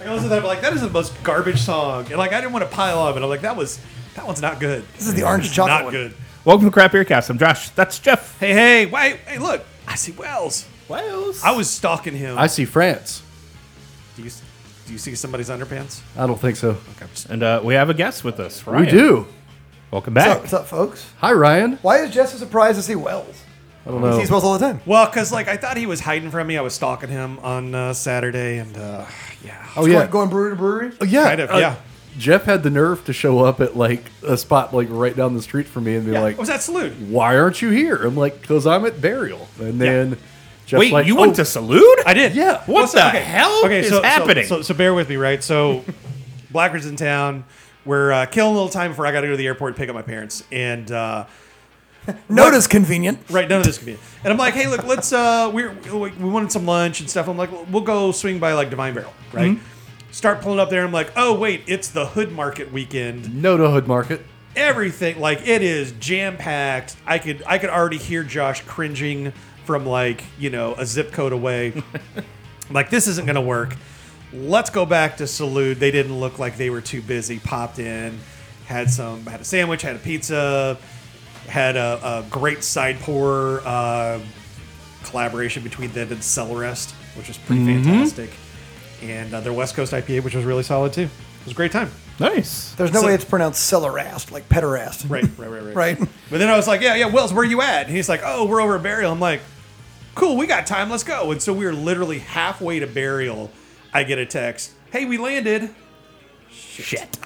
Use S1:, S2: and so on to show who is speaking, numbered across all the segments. S1: Like, I listened to that, I'm like, that is the most garbage song. And like, I didn't want to pile on, but I'm like, that was that one's not good.
S2: This is the orange chocolate
S1: Not
S2: one.
S1: good.
S3: Welcome to Crap Earcast. I'm Josh. That's Jeff.
S1: Hey, hey, wait, hey, look, I see Wells.
S3: Wales.
S1: I was stalking him.
S4: I see France.
S1: do you do you see somebody's underpants?
S4: I don't think so.
S3: And uh, we have a guest with us, Ryan.
S4: We do.
S3: Welcome
S2: What's
S3: back.
S2: up, what's up, folks?
S4: Hi, Ryan.
S2: Why is Jess so surprised to see Wells?
S4: I don't
S2: He
S4: know.
S2: sees Wells all the time.
S1: Well, because like I thought he was hiding from me. I was stalking him on uh, Saturday, and uh, yeah,
S4: Oh yeah.
S2: Going, going brewery to brewery.
S4: Oh, yeah.
S1: Kind of, yeah.
S4: Jeff had the nerve to show up at like a spot like right down the street from me and be
S1: yeah.
S4: like,
S1: I was at Salute.
S4: "Why aren't you here?" I'm like, "Cause I'm at burial." And then Jeff's
S3: Wait,
S4: like,
S3: you
S4: oh,
S3: went to Salute?
S1: I did.
S4: Yeah.
S3: What
S1: Well, so-
S3: the hell is
S1: so, so-
S3: happening?
S1: So, so, bear with me, right? So Blackbird's in town. We're uh, killing a little time before I got to go to the airport and pick up my parents. And uh,
S2: Notice convenient.
S1: right, none of this convenient. And I'm like, hey, look, let's uh, we're, we we wanted some lunch and stuff. I'm like, we'll go swing by like Divine Barrel, right? Start pulling up there. I'm like, oh wait, it's the Hood Market weekend.
S4: no to Hood Market.
S1: everything like it is jam packed. I could I could already hear Josh cringing from like you know a zip code away. like this isn't gonna work. Let's go back to Salute. They didn't look like they were too busy. Popped in, had some had a sandwich, had a pizza, had a, a great side pour uh, collaboration between them and Cellarest, which was pretty fantastic. And uh, their West Coast IPA, which was really solid too. It was a great time.
S3: nice.
S2: There's no
S1: So-
S2: way it's pronounced cellarast, like pederast.
S1: Right, right, right, right.
S2: Right.
S1: But then I was like, yeah, yeah, Wells, where you at? And he's like, oh, we're over at Burial. I'm like, cool, we got time, let's go. And so we were literally halfway to Burial. I get a text, hey, we landed.
S3: Shit.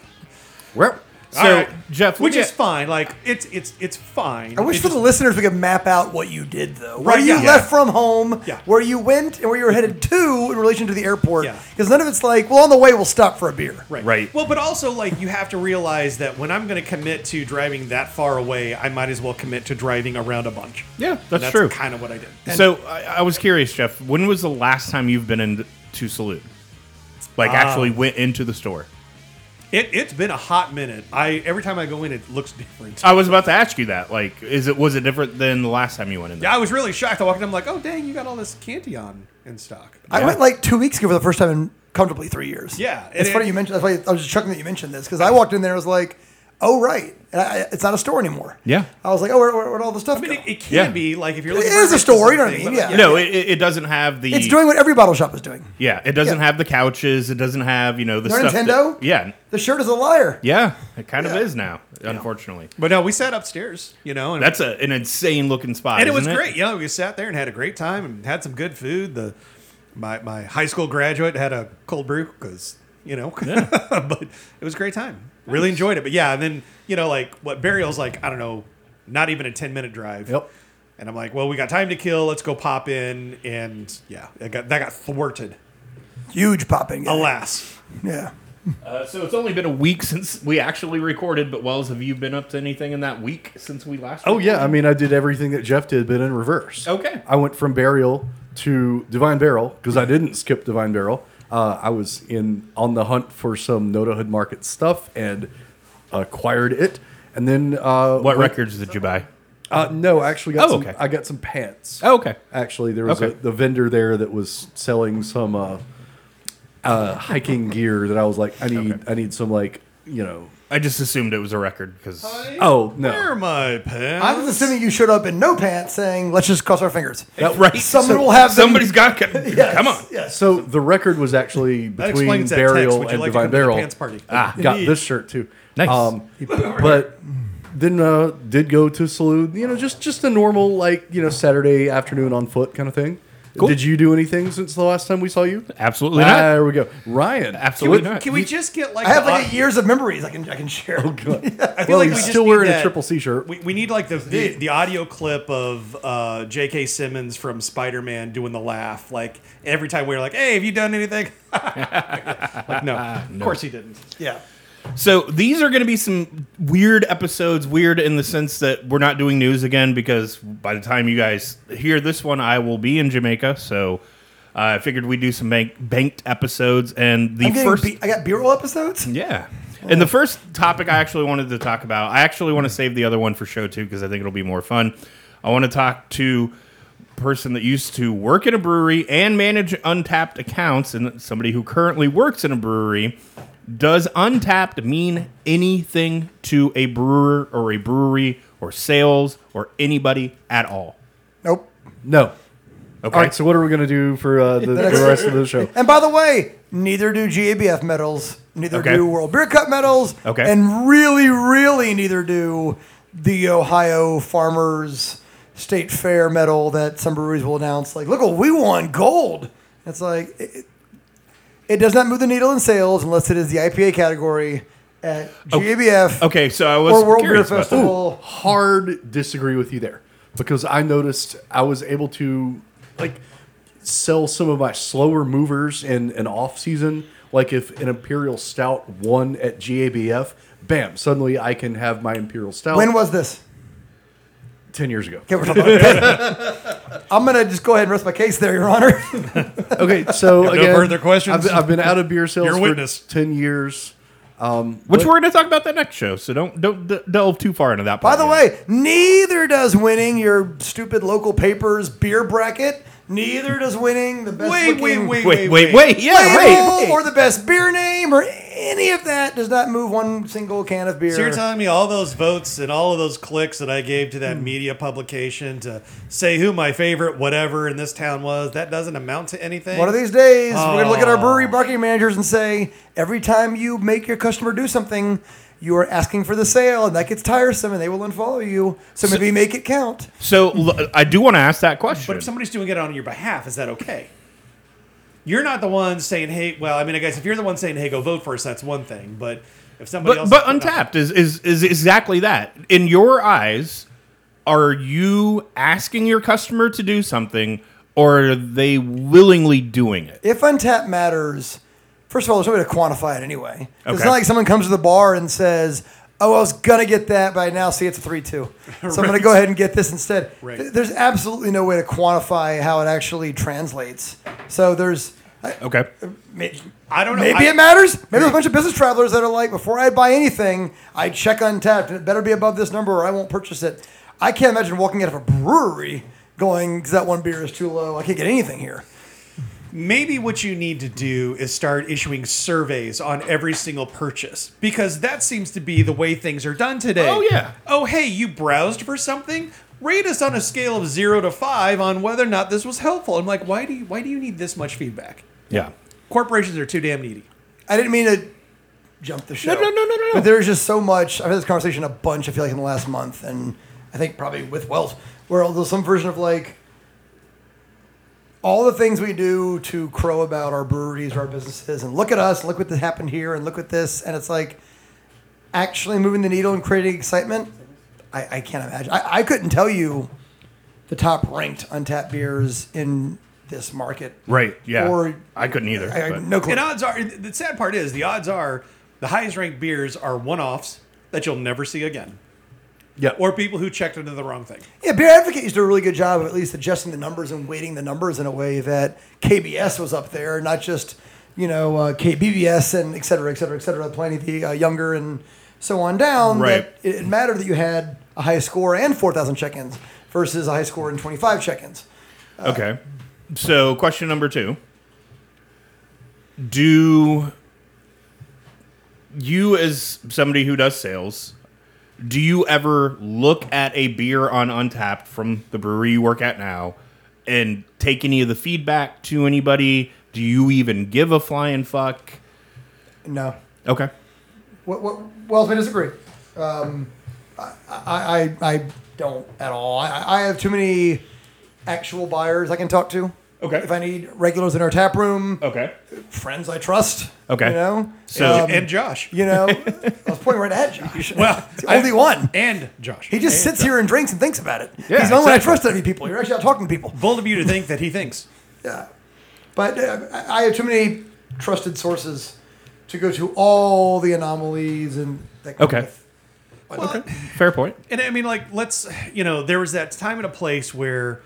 S4: Where?
S3: So,
S1: All right.
S3: Jeff,
S1: which
S3: we
S1: is fine. Like it's it's it's fine.
S2: I wish
S1: It
S2: for
S1: just-
S2: the listeners we could map out what you did though. Where
S1: Right,
S2: you
S1: yeah.
S2: left from home,
S1: Yeah.
S2: where you went, and where you were headed to in relation to the airport.
S1: Yeah.
S2: Because none of it's like, well, on the way we'll stop for a beer.
S1: Right.
S3: Right.
S1: Well, but also like you have to realize that when I'm going to commit to driving that far away, I might as well commit to driving around a bunch.
S3: Yeah,
S1: And
S3: that's true.
S1: Kind of what I did.
S3: so I, I was curious, Jeff. When was the last time you've been in to Salute?
S1: Ah.
S3: Like, actually went into the store.
S1: It, it's been a hot minute. I every time I go in, it looks different.
S3: I was about to ask you that. Like, is it was it different than the last time you went in? There?
S1: Yeah, I was really shocked. I walked in, I'm like, oh dang, you got all this Cantillon in stock.
S2: I went like two weeks ago for the first time in comfortably three years.
S1: Yeah, and
S2: It's funny
S1: it-
S2: you mentioned that's why I was just chuckling that you mentioned this because I walked in there and was like, oh, right. And I, it's not a store anymore.
S3: Yeah.
S2: I was like, oh, where, where, where'd all the stuff
S1: I mean,
S2: go?
S1: it, it can
S3: Yeah.
S1: be like if you're looking.
S2: It
S1: for
S2: is a store, you know what I
S1: thing,
S2: mean?
S1: but, like,
S2: Yeah.
S3: No, it, it it doesn't have the.
S2: it's doing what every bottle shop is doing.
S3: Yeah, it doesn't
S2: Yeah.
S3: have the couches. It doesn't have you know the
S2: No
S3: stuff. that-
S2: Nintendo?
S3: yeah,
S2: The shirt is a liar.
S3: yeah, it kind of is now. Unfortunately,
S1: But no, we sat upstairs, you know, and,
S3: that's a, an insane looking spot.
S1: and it was
S3: isn't
S1: great. You know, we sat there and had a great time and had some good food. The my my high school graduate had a cold brew because you know, but it was a great time. Really enjoyed it. But yeah, and then you know, like what burial's like, I don't know, not even a ten minute drive.
S4: Yep.
S1: And I'm like, well, we got time to kill. Let's go pop in, and yeah, that got that got thwarted.
S2: Huge pop in. guy.
S1: Alas.
S2: Yeah.
S3: Uh, so it's only been a week since we actually recorded. But Wells, have you been up to anything in that week since we last?
S4: Oh yeah. I mean, I did everything that Jeff did, but in reverse.
S3: Okay.
S4: I went from burial to Divine Barrel because I didn't skip Divine Barrel. Uh, I was in on the hunt for some Noda Hood Market stuff and acquired it. And then uh,
S3: What
S4: went-
S3: records did you buy?
S4: Uh,
S1: Um,
S4: no, I actually, got
S3: Oh,
S4: some,
S3: okay.
S4: I got some pants.
S3: Oh, okay.
S4: Actually, there was
S3: Okay.
S4: a, the vendor there that was selling some uh, uh, hiking gear that I was like, I need, I need some like, you know.
S3: I just assumed it was a record because
S4: Oh
S1: Where are
S4: no,
S1: my pants?
S2: I was assuming you showed up in no pants saying, let's just cross our fingers.
S3: right,
S2: Someone will have them-
S3: somebody's got.
S2: Yes,
S3: Come on,
S2: Yes.
S4: so the record was actually
S1: That
S4: between
S1: explains that text.
S4: burial
S1: Would you
S4: and
S1: like to come
S4: divine
S1: to the
S4: barrel.
S1: pants party?
S3: Ah.
S4: got this shirt too. Um,
S3: Nice.
S4: but then uh, did go to Salud. You know, just just a normal like you know Saturday afternoon on foot kind of thing.
S3: Cool.
S4: Did you do anything since the last time we saw you?
S3: absolutely not.
S4: there we go, Ryan.
S3: absolutely
S4: Can we-
S3: not.
S1: Can we just get like?
S2: I have
S1: the
S2: like
S1: au-
S2: a years of memories I can I can share.
S3: Oh,
S1: I feel
S4: Well,
S1: like
S4: he's
S1: we just
S4: still
S1: need
S4: wearing a
S1: that-
S4: triple C shirt.
S1: We, we need like the, the the audio clip of uh, J.K. Simmons from Spider Man doing the laugh. Like every time we were like, "Hey, have you done anything?" like no, of course he didn't.
S2: Yeah.
S3: So these are going to be some weird episodes. Weird in the sense that we're not doing news again because by the time you guys hear this one, I will be in Jamaica. So uh, I figured we'd do some bank- banked episodes. And the
S2: I'm getting
S3: first,
S2: be- I got B-roll episodes.
S3: yeah. And the first topic I actually wanted to talk about, I actually want to save the other one for show two because I think it'll be more fun. I want to talk to person that used to work in a brewery and manage untapped accounts, and somebody who currently works in a brewery. Does untapped mean anything to a brewer or a brewery or sales or anybody at all?
S2: Nope.
S4: No.
S3: Okay.
S4: All right. So what are we gonna do for uh, the, the rest of the show?
S2: And by the way, neither do GABF medals, neither
S3: Okay.
S2: do World Beer Cup medals,
S3: Okay.
S2: and really, really neither do the Ohio Farmers State Fair medal that some breweries will announce. Like, look what we won, gold. It's like it, it- it does not move the needle in sales unless it is the IPA category at GABF
S3: Okay, so Oh, I was
S2: or World Beer
S3: curious about that.
S2: Festival.
S4: Hard disagree with you there because I noticed I was able to like sell some of my slower movers in an off season. Like if an imperial stout won at GABF, bam! Suddenly I can have my imperial stout.
S2: When was this?
S4: ten years ago?
S2: Okay, we're talking about- I'm gonna just go ahead and rest my case there, Your Honor.
S4: Okay, so
S1: no
S4: again,
S1: further questions?
S4: I've, been- I've been out of beer sales
S1: You're a
S4: for
S1: witness.
S4: ten years.
S3: Which we're going to talk about that next show, so don't don't d- delve too far into that.
S2: By
S3: part
S2: the
S3: yet.
S2: way, neither does winning your stupid local paper's beer bracket. Neither does winning the best
S1: Wait, wait,
S2: looking
S1: wait,
S3: wait, wait, wait, yeah,
S2: label
S3: wait.
S2: or the best beer name or any of that does not move one single can of beer.
S1: So you're telling me all those votes and all of those clicks that I gave to
S2: Hmm.
S1: that media publication to say who my favorite whatever in this town was, that doesn't amount to anything?
S2: one of these days, we're gonna look
S1: Oh.
S2: at our brewery marketing managers and say, every time you make your customer do something, you are asking for the sale, and that gets tiresome, and they will unfollow you. So maybe make it count.
S3: So l- I do want to ask that question.
S1: But if somebody's doing it on your behalf, is that okay? You're not the one saying, hey, well, I mean, I guess if you're the one saying, hey, go vote for us, that's one thing. But if somebody
S3: but
S1: else.
S3: but untapped is, is is exactly that. In your eyes, are you asking your customer to do something, or are they willingly doing it?
S2: if untapped matters, first of all, there's no way to quantify it anyway. It's
S3: Okay.
S2: not like someone comes to the bar and says, "Oh, I was gonna get that, but I now see it's a three-two, so I'm gonna go ahead and get this instead."
S1: Right.
S2: Th- There's absolutely no way to quantify how it actually translates. So there's. I,
S3: Okay.
S2: may-
S1: I don't know.
S2: Maybe
S1: I-
S2: it matters. Maybe there's a bunch of business travelers that are like, before I buy anything, I check untapped. It better be above this number or I won't purchase it. I can't imagine walking out of a brewery going, 'Cause that one beer is too low. I can't get anything here.
S1: maybe what you need to do is start issuing surveys on every single purchase because that seems to be the way things are done today.
S3: Oh, yeah.
S1: Oh, hey, you browsed for something? Rate us on a scale of zero to five on whether or not this was helpful. I'm like, why do you, why do you need this much feedback?
S3: Yeah.
S1: Corporations are too damn needy.
S2: I didn't mean to jump the show.
S3: no, no, no, no, no.
S2: But there's just so much. I've had this conversation a bunch. I feel like in the last month, and I think probably with Wells, where there's some version of like all the things we do to crow about our breweries or our businesses, and look at us, look what happened here, and look at this, and it's like actually moving the needle and creating excitement. I, I can't imagine. I, I couldn't tell you the top ranked untapped beers in this market.
S3: Right. Yeah.
S2: Or-
S3: I couldn't either.
S2: I, I,
S3: but-
S2: no clue.
S1: And odds are, the sad part is, the odds are the highest ranked beers are one offs that you'll never see again,
S4: Yeah.
S1: or people who checked into the wrong thing.
S2: Yeah, Beer Advocate used to do a really good job of at least adjusting the numbers and weighting the numbers in a way that KBS was up there, not just you know uh, KBBS and et cetera, et cetera, et cetera, playing the uh, younger and so on down.
S3: Right.
S2: That it, it mattered that you had a high score and four thousand check-ins versus a high score and twenty-five check-ins.
S3: Okay. So, question number two Do you, as somebody who does sales, do you ever look at a beer on Untapped from the brewery you work at now and take any of the feedback to anybody? Do you even give a flying fuck?
S2: No.
S3: Okay.
S2: What, what, Wells may disagree. Um, I, I, I, I don't at all. I, I have too many actual buyers I can talk to.
S3: Okay.
S2: If I need regulars in our tap room,
S3: Okay.
S2: friends I trust.
S3: Okay.
S2: You know?
S3: So-
S2: Um,
S1: and Josh.
S2: you know, I was pointing right at Josh.
S1: Well,
S2: It's the only one.
S1: And Josh.
S2: He just sits here and drinks and thinks about it.
S3: Yeah,
S2: He's the only one I
S3: exactly.
S2: trust out of you people. You're actually out talking to people.
S1: Bold of you to think that he thinks.
S2: Yeah. But uh, I I have too many trusted sources to go to all the anomalies and that come
S3: Okay.
S2: with-
S1: Well,
S3: Fair point.
S1: And I mean, like, let's, you know, there was that time and a place where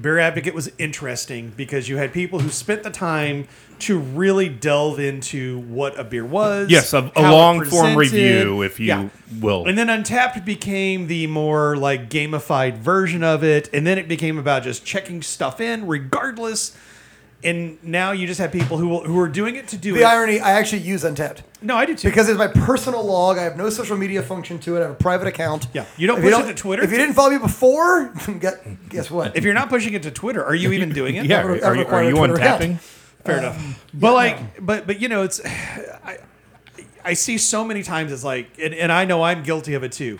S1: Beer Advocate was interesting because you had people who spent the time to really delve into what a beer was.
S3: Yes, a- a
S1: how it
S3: long-form
S1: presented.
S3: review, if you will.
S1: And then Untapped became the more like gamified version of it, and then it became about just checking stuff in, regardless. And now you just have people who will, who are doing it to do
S2: The
S1: it.
S2: irony, I actually use Untapped.
S1: no, I do too.
S2: Because it's my personal log. I have no social media function to it. I have a private account.
S1: Yeah. You don't
S2: If
S1: push it to Twitter?
S2: If you didn't follow me before, get, guess what?
S1: if you're not pushing it to Twitter, are you even doing it?
S3: yeah,
S2: That would-
S3: are,
S2: that
S3: are
S2: would
S3: you,
S2: require
S3: are
S2: a
S3: you on
S2: Twitter account.
S3: tapping?
S1: fair
S3: Um,
S1: enough. But like, but but you know, it's I I see so many times it's like, and, and I know I'm guilty of it too.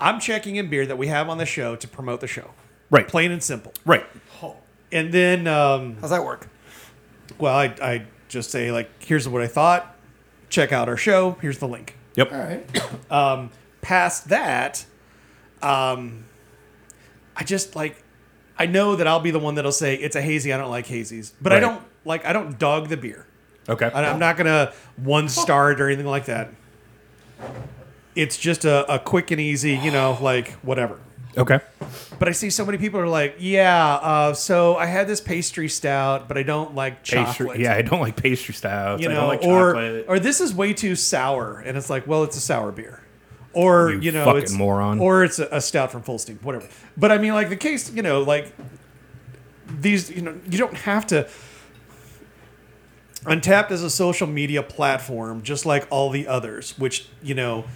S1: I'm checking in beer that we have on the show to promote the show,
S3: Right.
S1: Plain and simple.
S3: Right.
S1: And then, um,
S2: How's that work?
S1: well, I I just say like, here's what I thought. Check out our show. Here's the link.
S3: Yep.
S2: All right.
S1: past that, um, I just like I know that I'll be the one that'll say it's a hazy. I don't like hazies, but I
S3: Right.
S1: don't like I don't dog the beer.
S3: Okay.
S1: I, I'm not gonna one star it or anything like that. It's just a, a quick and easy, you know, like whatever.
S3: Okay.
S1: But I see so many people are like, yeah. Uh, so I had this pastry stout, but I don't like chocolate.
S3: Pastry. Yeah, I don't like pastry styles.
S1: you
S3: I
S1: know,
S3: don't like
S1: or
S3: chocolate.
S1: or this is way too sour, and it's like, well, it's a sour beer, or you,
S3: You
S1: know,
S3: fucking
S1: it's
S3: moron.
S1: or it's a, a stout from Folstein, whatever. But I mean, like the case, you know, like these, you know, you don't have to. Untapped is a social media platform, just like all the others, which you know,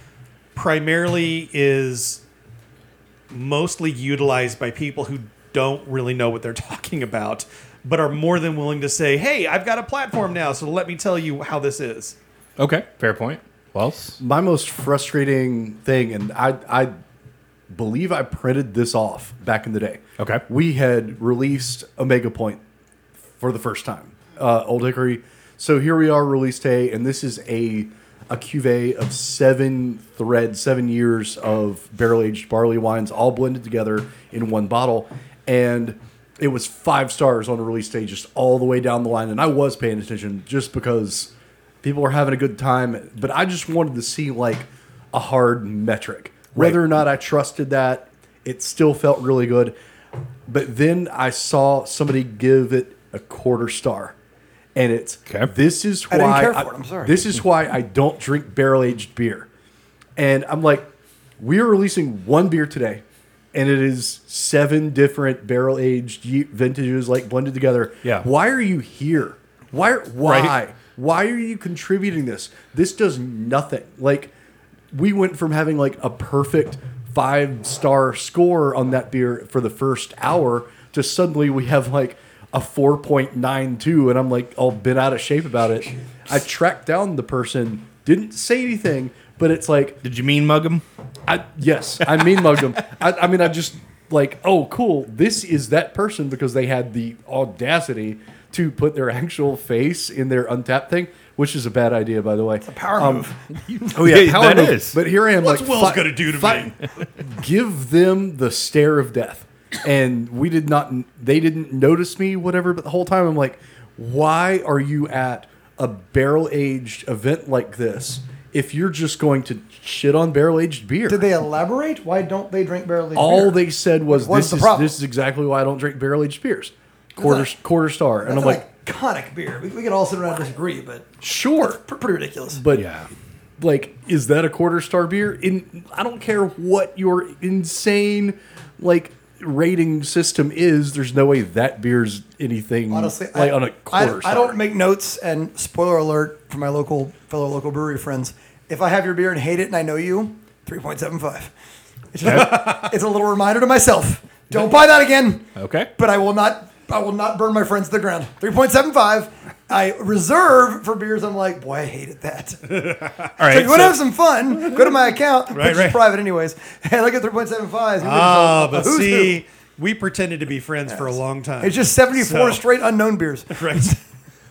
S1: primarily is mostly utilized by people who don't really know what they're talking about, but are more than willing to say, "Hey, I've got a platform now, so let me tell you how this is."
S3: okay. Fair point. Wells.
S4: my most frustrating thing, and I, I believe I printed this off back in the day.
S3: Okay.
S4: We had released Omega Point for the first time, uh, Old Hickory. So here we are, release day, and this is a a cuvee of seven threads, seven years of barrel aged barley wines, all blended together in one bottle, and it was five stars on release day, just all the way down the line. And I was paying attention just because people were having a good time, but I just wanted to see like a hard metric, whether or not I trusted that. It still felt really good but then I saw somebody give it a quarter star, and it's
S3: Okay.
S4: this is
S2: I
S4: why
S2: didn't care for it, I'm sorry.
S4: this is why I don't drink barrel aged beer, and I'm like, we are releasing one beer today, and it is seven different barrel aged vintages like blended together.
S3: Yeah.
S4: why are you here? Why? Why? Why are you contributing this? This does nothing. Like we went from having like a perfect five star score on that beer for the first hour to suddenly we have like a 4.92 and i'm like all bent out of shape about it i tracked down the person didn't say anything but it's like
S3: Did you mean mug him?
S4: I, yes, I mean mugged them. I, I mean, I just like, oh, cool. This is that person because they had the audacity to put their actual face in their untapped thing, which is a bad idea, by the way. It's a
S2: power
S4: move. Oh yeah,
S3: Yeah,
S4: power
S3: that
S4: move.
S3: is.
S4: But here I am.
S1: What's
S4: like,
S1: Will's
S4: fi-
S1: gonna do to
S4: fi-
S1: me?
S4: give them the stare of death, and we did not. They didn't notice me, whatever. But the whole time, I'm like, why are you at a barrel aged event like this? If you're just going to shit on barrel aged beer,
S2: Did they elaborate? Why don't they drink barrel aged
S4: all
S2: beer?
S4: they said was
S2: What's
S4: this
S2: the
S4: is
S2: problem?
S4: this is exactly why I don't drink barrel aged beers. Quarter
S2: like-
S4: quarter star, and
S2: That's
S4: I'm
S2: an
S4: like,
S2: iconic beer. We, we can all sit around and disagree, but
S4: sure,
S2: pr- pretty ridiculous.
S4: but
S3: Yeah.
S4: like, is that a quarter star beer? In I don't care what your insane like rating system is. There's no way that beer's anything
S2: Honestly,
S4: like
S2: I,
S4: on a quarter.
S2: I, I
S4: star.
S2: don't make notes. And spoiler alert for my local fellow local brewery friends: if I have your beer and hate it, and I know you, three point seven five. It's, just- it's a little reminder to myself: don't buy that again.
S3: Okay.
S2: But I will not. I will not burn my friends to the ground. Three point seven five. I reserve for beers. I'm like, boy, I hated that. So
S3: All right.
S2: if you want to
S3: so-
S2: have some fun, go to my account, which
S1: right.
S2: is private anyways, and look at three point seven five.
S1: Ah, but see, we pretended to be friends for a long time.
S2: It's just 74
S1: So-
S2: straight unknown beers.
S1: right.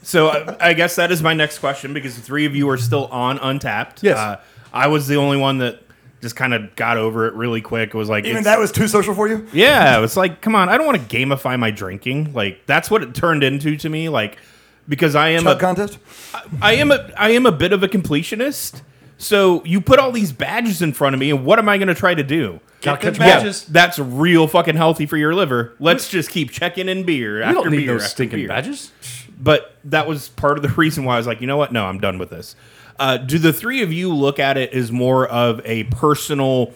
S3: So I, I guess that is my next question because the three of you are still on Untapped.
S4: Yes.
S3: Uh, I was the only one that just kind of got over it really quick. It was like,
S2: Even
S3: it's-
S2: that was too social for you?
S3: yeah, it's like, come on, I don't want to gamify my drinking. Like that's what it turned into to me. Like because I am
S2: Chug
S3: a
S2: contest?
S3: I am a I am a bit of a completionist. So you put all these badges in front of me, and what am I going to try to do?
S1: Get them
S3: Yeah,
S1: badges.
S3: that's real fucking healthy for your liver. Let's just keep checking in beer
S4: We
S3: after
S4: don't need
S3: beer
S4: no
S3: after
S4: stinking
S3: beer.
S4: badges.
S3: But that was part of the reason why I was like, you know what? No, I'm done with this. Uh, do the three of you look at it as more of a personal?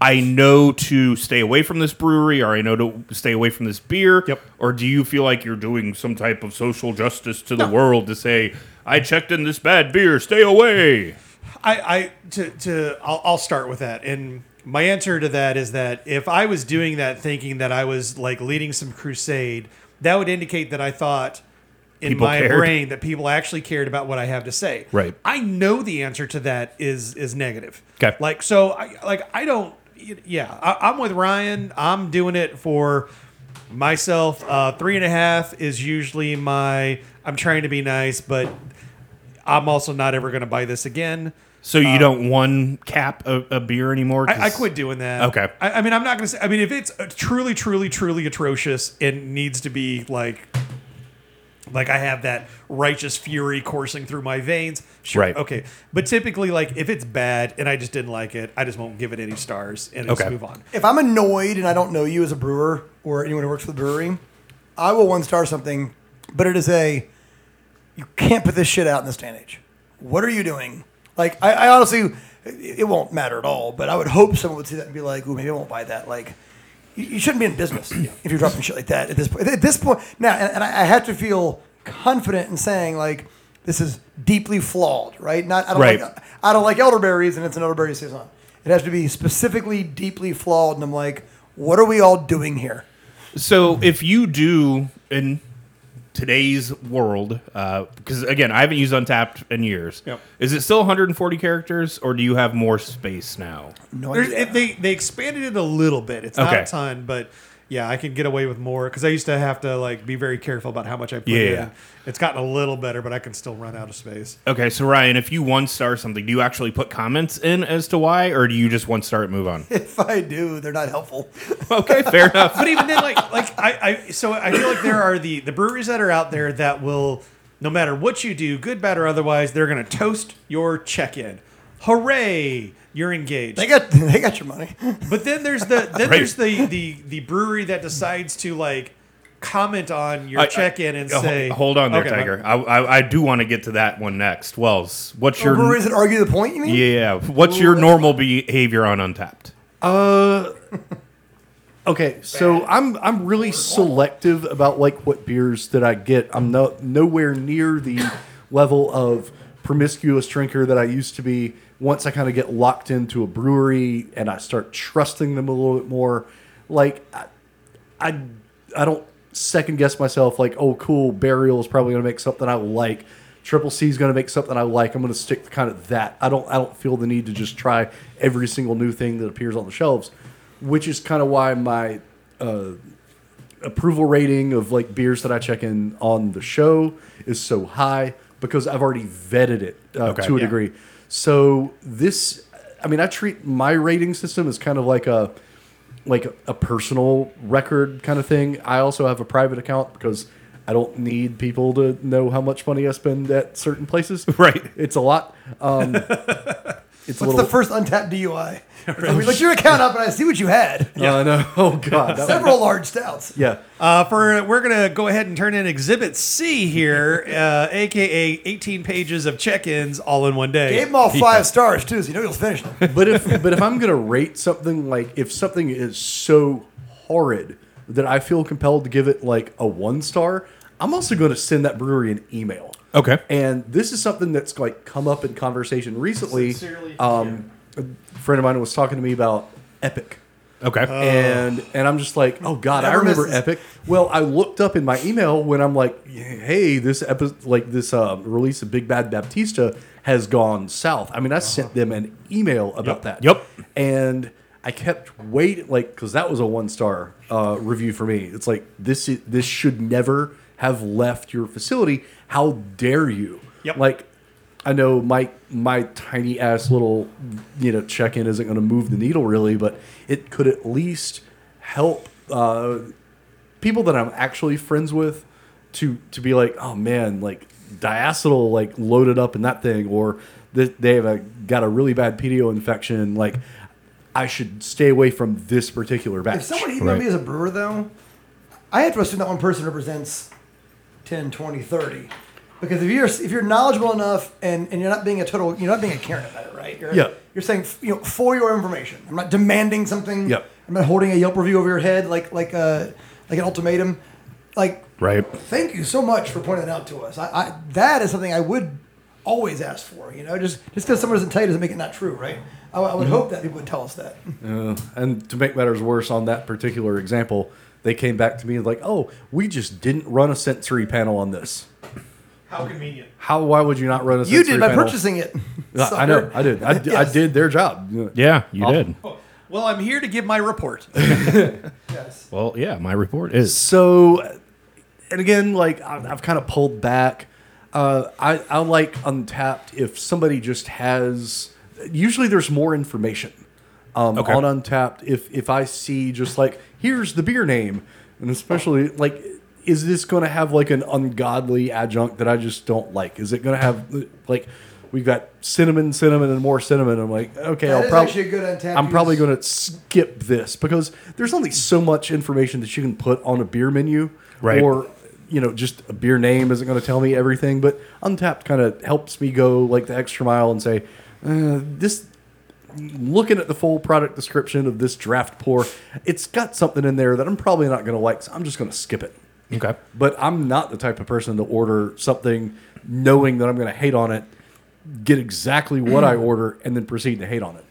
S3: I know to stay away from this brewery, or I know to stay away from this beer.
S1: Yep.
S3: Or do you feel like you're doing some type of social justice to the world to say, I checked in this bad beer, stay away?
S1: I, I to to I'll, I'll start with that, and my answer to that is that if I was doing that thinking that I was like leading some crusade, that would indicate that I thought in
S3: People
S1: my
S3: cared.
S1: brain that people actually cared about what I have to say.
S3: Right.
S1: I know the answer to that is is negative.
S3: 'Kay.
S1: Like so, I like I don't. Yeah, I, I'm with Ryan. I'm doing it for myself. Uh, three and a half is usually my. I'm trying to be nice, but I'm also not ever going to buy this again.
S3: So you don't one cap a, a beer anymore?
S1: I, I
S3: 'Cause-
S1: quit doing that.
S3: Okay.
S1: I, I mean, I'm not gonna say. I mean, if it's uh, truly, truly, truly atrocious and needs to be like, like I have that righteous fury coursing through my veins. Sure.
S3: Right.
S1: Okay. But typically, like if it's bad and I just didn't like it, I just won't give it any stars and just
S3: Okay.
S1: move on.
S2: If I'm annoyed and I don't know you as a brewer or anyone who works for the brewery, I will one star something, but it is a you can't put this shit out in this day and age. What are you doing? Like I, I honestly, it it won't matter at all. But I would hope someone would see that and be like, "Ooh, maybe I won't buy that." Like you, you shouldn't be in business if you're dropping shit like that at this point. At this point now, and, and I, I have to feel confident in saying like this is deeply flawed, right? Not I don't
S3: Right.
S2: like I don't like elderberries, and it's an elderberry saison. It has to be specifically deeply flawed, and I'm like, what are we all doing here?
S3: So if you do in today's world, because again, I haven't used Untapped in years,
S1: Yep.
S3: is it still 140 characters, or do you have more space now?
S2: No
S1: There's,
S2: idea.
S1: it, they they expanded it a little bit. It's not
S3: Okay.
S1: a ton, but yeah, I can get away with more because I used to have to like be very careful about how much I put
S3: Yeah.
S1: in. It's gotten a little better, but I can still run out of space.
S3: Okay, so Ryan, if you one star something, do you actually put comments in as to why, or do you just one star it, move on?
S2: if I do, they're not helpful.
S3: okay, fair enough.
S1: but even then, like, like I, I, so I feel like there are the the breweries that are out there that will, no matter what you do, good, bad, or otherwise, they're gonna toast your check-in. Hooray! You're engaged.
S2: They got they got your money.
S1: But then there's the then there's the the the brewery that decides to like comment on your
S3: I- I-
S1: check-in and
S3: Ho-
S1: say,
S3: Hold on there,
S1: Okay,
S3: Tiger. I, I, I do want to get to that one next. Wells, what's your
S2: Breweries that argue the point, you mean?
S3: yeah? What's your normal behavior on Untapped?
S4: Uh, okay, so I'm I'm really selective about like what beers that I get. I'm no nowhere near the level of promiscuous drinker that I used to be. Once I kind of get locked into a brewery and I start trusting them a little bit more, like I I, I don't second guess myself. Like, oh, cool, Burial is probably going to make something I like. Triple C is going to make something I like. I'm going to stick to kind of that. I don't I don't feel the need to just try every single new thing that appears on the shelves, which is kind of why my uh, approval rating of like beers that I check in on the show is so high because I've already vetted it uh,
S3: Okay.
S4: to a
S3: Yeah.
S4: degree. So this, I mean, I treat my rating system as kind of like a like a personal record kind of thing. I also have a private account because I don't need people to know how much money I spend at certain places.
S3: Right.
S4: It's a lot. Um, it's a
S2: What's
S4: little.
S2: the first untapped DUI? I mean, look your account up and I see what you had.
S4: I know. Oh God. that was-
S2: Several large stouts.
S4: yeah.
S1: Uh, for we're gonna go ahead and turn in Exhibit C here, uh, aka 18 pages of check-ins all in one day.
S2: Gave them all five stars too, so you know you'll finish them.
S4: but if but if I'm gonna rate something like if something is so horrid that I feel compelled to give it like a one star, I'm also gonna send that brewery an email.
S3: Okay.
S4: And this is something that's like come up in conversation recently. Um, a friend of mine was talking to me about Epic
S3: Okay.
S1: Uh,
S4: and and I'm just like, oh god, I
S2: Never
S4: remember
S2: misses.
S4: Epic. Well, I looked up in my email when I'm like, hey, this episode, like this uh, release of Big Bad Baptista has gone south. I mean, I sent them an email about that.
S3: Uh-huh. Yep.
S4: And I kept waiting, like, because that was a one star uh, review for me. It's like this is, this should never have left your facility. How dare you?
S1: Yep.
S4: Like. I know my my tiny ass little you know check in isn't going to move the needle really, but it could at least help uh, people that I'm actually friends with to to be like, oh man, like diacetyl like loaded up in that thing, or th- they have a, got a really bad PDO infection. Like, I should stay away from this particular batch.
S2: If someone emailed
S3: Right.
S2: me as a brewer, though, I have to assume that one person represents 10, 20, 30. Because if you're if you're knowledgeable enough and, and you're not being a total you're not being a Karen about it, right? You're,
S4: Yeah.
S2: You're saying you know for your information. I'm not demanding something.
S4: Yep.
S2: I'm not holding a Yelp review over your head like like a like an ultimatum. Like
S3: Right.
S2: thank you so much for pointing that out to us. I, I that is something I would always ask for. You know, just just because someone doesn't tell you doesn't make it not true, right? I, I would hope that people would tell us that.
S4: And to make matters worse, on that particular example, they came back to me and like, "Oh, we just didn't run a sensory panel on this.
S1: How convenient.
S4: How? Why would you not run a sensory
S2: You did by
S4: panel?
S2: purchasing it.
S4: I- I know, I did. I, d- I
S2: Yes.
S4: did their job.
S3: Yeah, you
S4: Awful.
S3: did.
S1: Well, I'm here to give my report.
S2: Yes.
S3: Well, yeah, my report is
S4: So, and again, like I've, I've kind of pulled back. Uh, I, I like Untapped if somebody just has. Usually, there's more information um,
S3: Okay.
S4: on Untapped. If if I see just like here's the beer name, and especially like, is this going to have like an ungodly adjunct that I just don't like? Is it going to have like we've got cinnamon, cinnamon, and more cinnamon? I'm like, okay,
S2: That
S4: I'll
S2: is
S4: probably
S2: actually a good Untappd
S4: I'm
S2: use.
S4: probably going to skip this because there's only so much information that you can put on a beer menu,
S3: Right.
S4: Or you know, just a beer name isn't going to tell me everything. But Untapped kind of helps me go like the extra mile and say, uh, this. Looking at the full product description of this draft pour, it's got something in there that I'm probably not going to like, so I'm just going to skip it.
S3: okay.
S4: But I'm not the type of person to order something knowing that I'm going to hate on it, get exactly what I order, and then proceed to hate on it.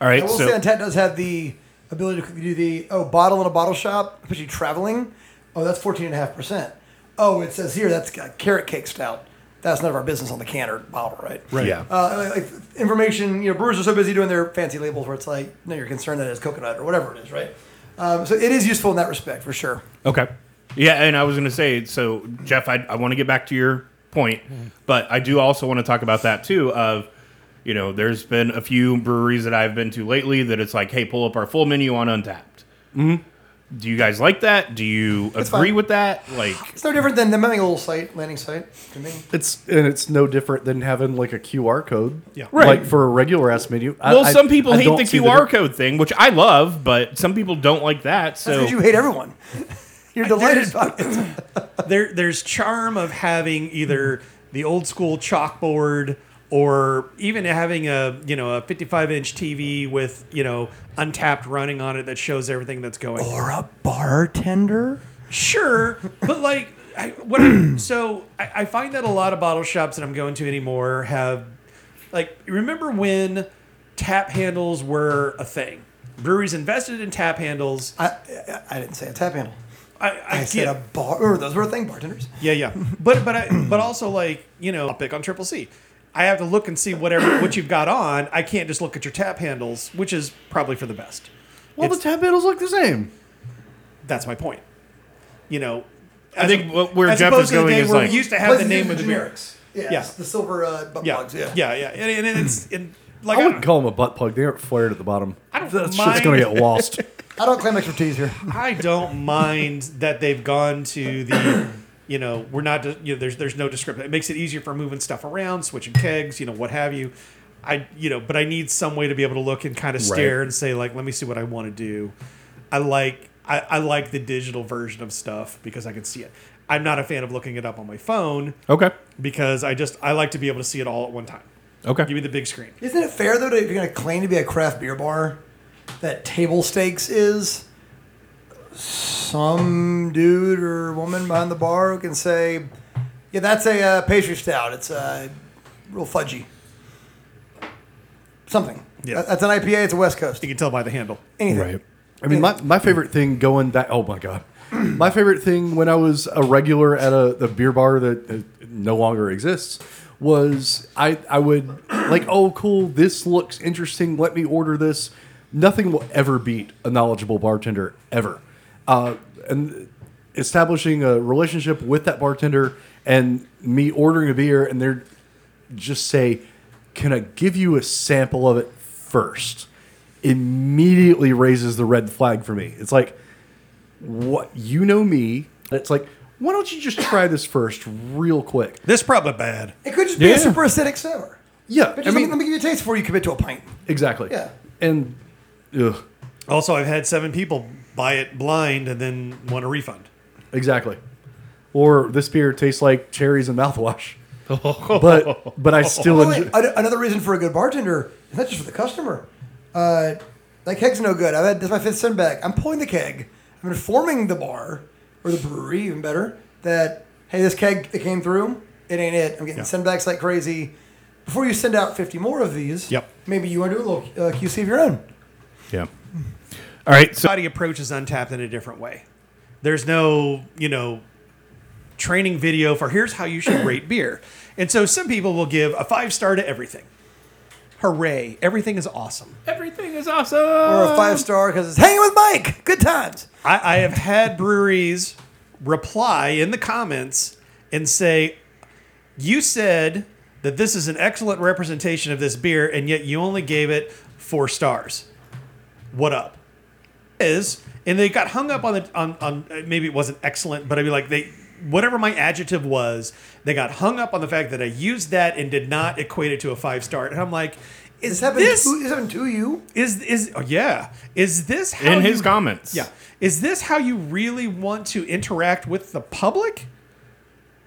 S3: All
S2: I
S3: right.
S2: will
S3: So
S2: say Untappd does have the ability to quickly do the, oh, bottle in a bottle shop, especially traveling. Oh, that's 14.5%. Oh, it says here that's a carrot cake stout. That's none of our business on the can or bottle, right?
S3: Right. Yeah.
S2: Uh, like, like, information, you know, brewers are so busy doing their fancy labels where it's like, no, you're concerned that it's coconut or whatever it is, right? Um, so it is useful in that respect, for sure.
S3: Okay. Yeah, and I was going to say, so Jeff, I, I want to get back to your point, but I do also want to talk about that too. Of you know, there's been a few breweries that I've been to lately that it's like, hey, pull up our full menu on Untapped. Mm-hmm. Do you guys like that? Do you agree
S2: fine.
S3: with that? Like,
S2: It's no different than them having a little site, landing site to me.
S4: It's and it's no different than having like a QR code,
S1: Yeah.
S3: Right.
S4: Like for a regular ass menu. I-
S3: well,
S4: I-
S3: some people
S4: I
S3: hate
S4: don't
S3: the
S4: see
S3: QR
S4: di-
S3: code thing, which I love, but some people don't like that.
S2: That's
S3: So
S2: because you hate everyone. You're delighted by it.
S1: there there's charm of having either the old school chalkboard or even having a you know a 55 inch TV with you know untapped running on it that shows everything that's going.
S2: Or a bartender?
S1: Sure, but like I, what? I, so I, I find that a lot of bottle shops that I'm going to anymore have like remember when tap handles were a thing. Breweries invested in tap handles.
S2: I, I, I didn't say a tap handle.
S1: I, I,
S2: I said
S1: get-
S2: a bar. Or those were a thing, bartenders.
S1: Yeah, yeah. But but I, but also like you know, I'll pick on Triple C. I have to look and see whatever what you've got on. I can't just look at your tap handles, which is probably for the best.
S4: Well, the
S1: It's-
S4: tab handles look the same.
S1: That's my point. You know,
S3: I
S1: as-
S3: think what- where
S1: as
S3: Jeff
S1: opposed
S3: is
S1: to the
S3: going
S1: day
S3: is
S1: where
S3: like-
S1: we used to have the
S2: Places
S1: name
S2: use
S1: of the beer.
S2: Yeah,
S1: Yeah.
S2: it's the silver uh, butt
S1: Yeah,
S2: plugs. Yeah,
S1: yeah, yeah. And, and it's and like
S4: I wouldn't call them a butt plug. They aren't flared at the bottom.
S1: I don't
S4: that
S1: mind.
S4: shit's gonna get lost.
S2: I don't claim expertise here.
S1: I don't mind that they've gone to the, you know, we're not, you know, there's there's no description. It makes it easier for moving stuff around, switching kegs, you know, what have you. I, you know, but I need some way to be able to look and kind of stare and say like, let me see what I want to do. I like I, I like the digital version of stuff because I can see it. I'm not a fan of looking it up on my phone
S3: okay,
S1: because I just I like to be able to see it all at one time.
S3: okay,
S1: Give me the big screen.
S2: Isn't it fair though that if you're going to claim to be a craft beer bar, that table stakes is some dude or woman behind the bar who can say, "Yeah, that's a uh, pastry stout. It's uh, real fudgy." Something.
S1: Yeah.
S2: That- That's an IPA. It's a West Coast.
S1: You can tell by the handle.
S2: Anything.
S3: right.
S4: I mean, my, my favorite thing going back. Oh my god, my favorite thing when I was a regular at a the beer bar that uh, no longer exists was I I would like oh cool this looks interesting let me order this. Nothing will ever beat a knowledgeable bartender ever, uh, and establishing a relationship with that bartender and me ordering a beer and they're just say, "Can I give you a sample of it first? Immediately raises the red flag for me. It's like, what you know me. It's like, why don't you just try this first, real quick?
S1: This probably bad.
S2: It could just be a
S4: Yeah.
S2: super acidic sour. But
S4: Yeah, I
S2: just let, me,
S4: mean,
S2: let me give you a taste before you commit to a pint.
S4: exactly.
S2: Yeah.
S4: and ugh,
S1: Also, I've had seven people buy it blind and then want a refund.
S4: exactly. Or this beer tastes like cherries and mouthwash. but but I still
S2: By the
S4: enjoy.
S2: way, an- another reason for a good bartender is not just for the customer. Uh, that keg's no good. I've had this is my fifth send back. I'm pulling the keg. I'm informing the bar or the brewery, even better, that hey, this keg that came through, it ain't it. I'm getting
S1: Yeah.
S2: send backs like crazy. Before you send out 50 more of these,
S1: Yep.
S2: maybe you want to do a little uh, QC of your own.
S3: Yeah. All right. So
S1: Everybody approaches Untapped in a different way. There's no, you know, training video for here's how you should rate beer. And so some people will give a five star to everything. Hooray. Everything is awesome.
S3: everything is awesome.
S2: Or
S1: Uh,
S2: a five star because it's hanging with Mike. Good times.
S1: I, I have had breweries reply in the comments and say, You said that this is an excellent representation of this beer, and yet you only gave it four stars. What up? Is and they got hung up on the on, on uh, maybe it wasn't excellent, but I'd be like they whatever my adjective was, they got hung up on the fact that I used that and did not equate it to a five star. And I'm like, is this,
S2: This happened, to, this happened to you.
S1: is is oh, yeah is this how
S3: in his
S1: you-
S3: comments.
S1: yeah. Is this how you really want to interact with the public?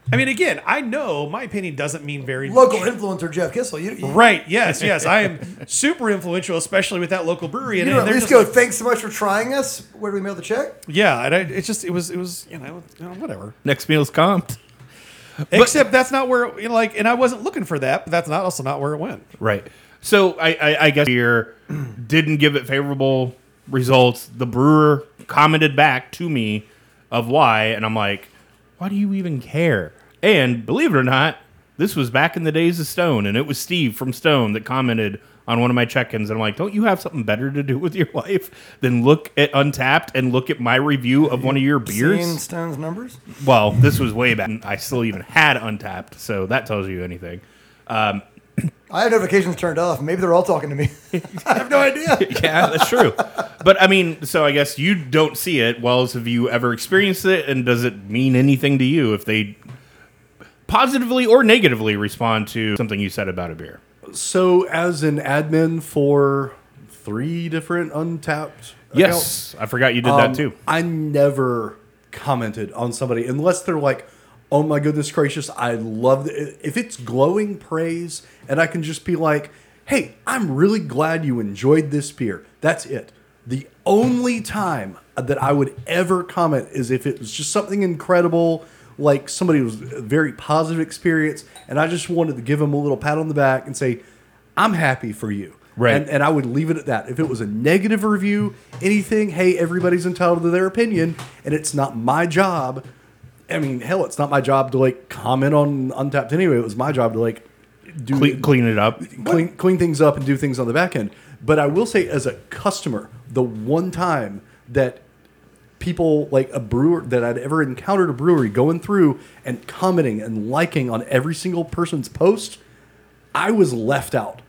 S1: I mean, again, I know my opinion doesn't mean very
S2: Local
S1: much.
S2: influencer Jeff Kissel. You, you,
S1: Right. Yes. Yes. I am super influential, especially with that local brewery. And,
S2: you know,
S1: and
S2: at
S1: they're
S2: least
S1: just
S2: go,
S1: like-
S2: thanks so much for trying us. Where do we mail the check?
S1: yeah. And I, it's just, it was, it was, you know, you know, whatever.
S3: Next meal's comped.
S1: Except that's not where, it, you know, like, and I wasn't looking for that, but that's not also not where it went.
S3: Right. So I, I, I guess here didn't give it favorable results. The brewer commented back to me of why, and I'm like, why do you even care? And believe it or not, this was back in the days of Stone, and it was Steve from Stone that commented on one of my check-ins, and I'm like, don't you have something better to do with your life than look at Untapped and look at my review of one of your beers?
S2: Seeing Stone's numbers?
S3: Well, this was way back. I still even had Untapped, so that tells you anything. Um,
S2: I have notifications turned off. Maybe they're all talking to me. I have no idea.
S3: yeah, that's true. But I mean, so I guess you don't see it. Wells, have you ever experienced it? And does it mean anything to you if they positively or negatively respond to something you said about a beer?
S4: So as an admin for three different untapped. accounts,
S3: Yes, I forgot you did
S4: Um,
S3: that too.
S4: I never commented on somebody unless they're like, "Oh my goodness gracious, I love it." If it's glowing praise, and I can just be like, "Hey, I'm really glad you enjoyed this beer." That's it. The only time that I would ever comment is if it was just something incredible, like somebody was a very positive experience, and I just wanted to give them a little pat on the back and say, "I'm happy for you."
S3: Right.
S4: And, and I would leave it at that. If it was a negative review, anything, hey, everybody's entitled to their opinion, and it's not my job. I mean, hell, it's not my job to like comment on Untapped anyway. It was my job to like do
S3: Cle- clean it up.
S4: clean, clean things up and do things on the back end. But I will say, as a customer, the one time that people like a brewer that I'd ever encountered a brewery going through and commenting and liking on every single person's post, I was left out.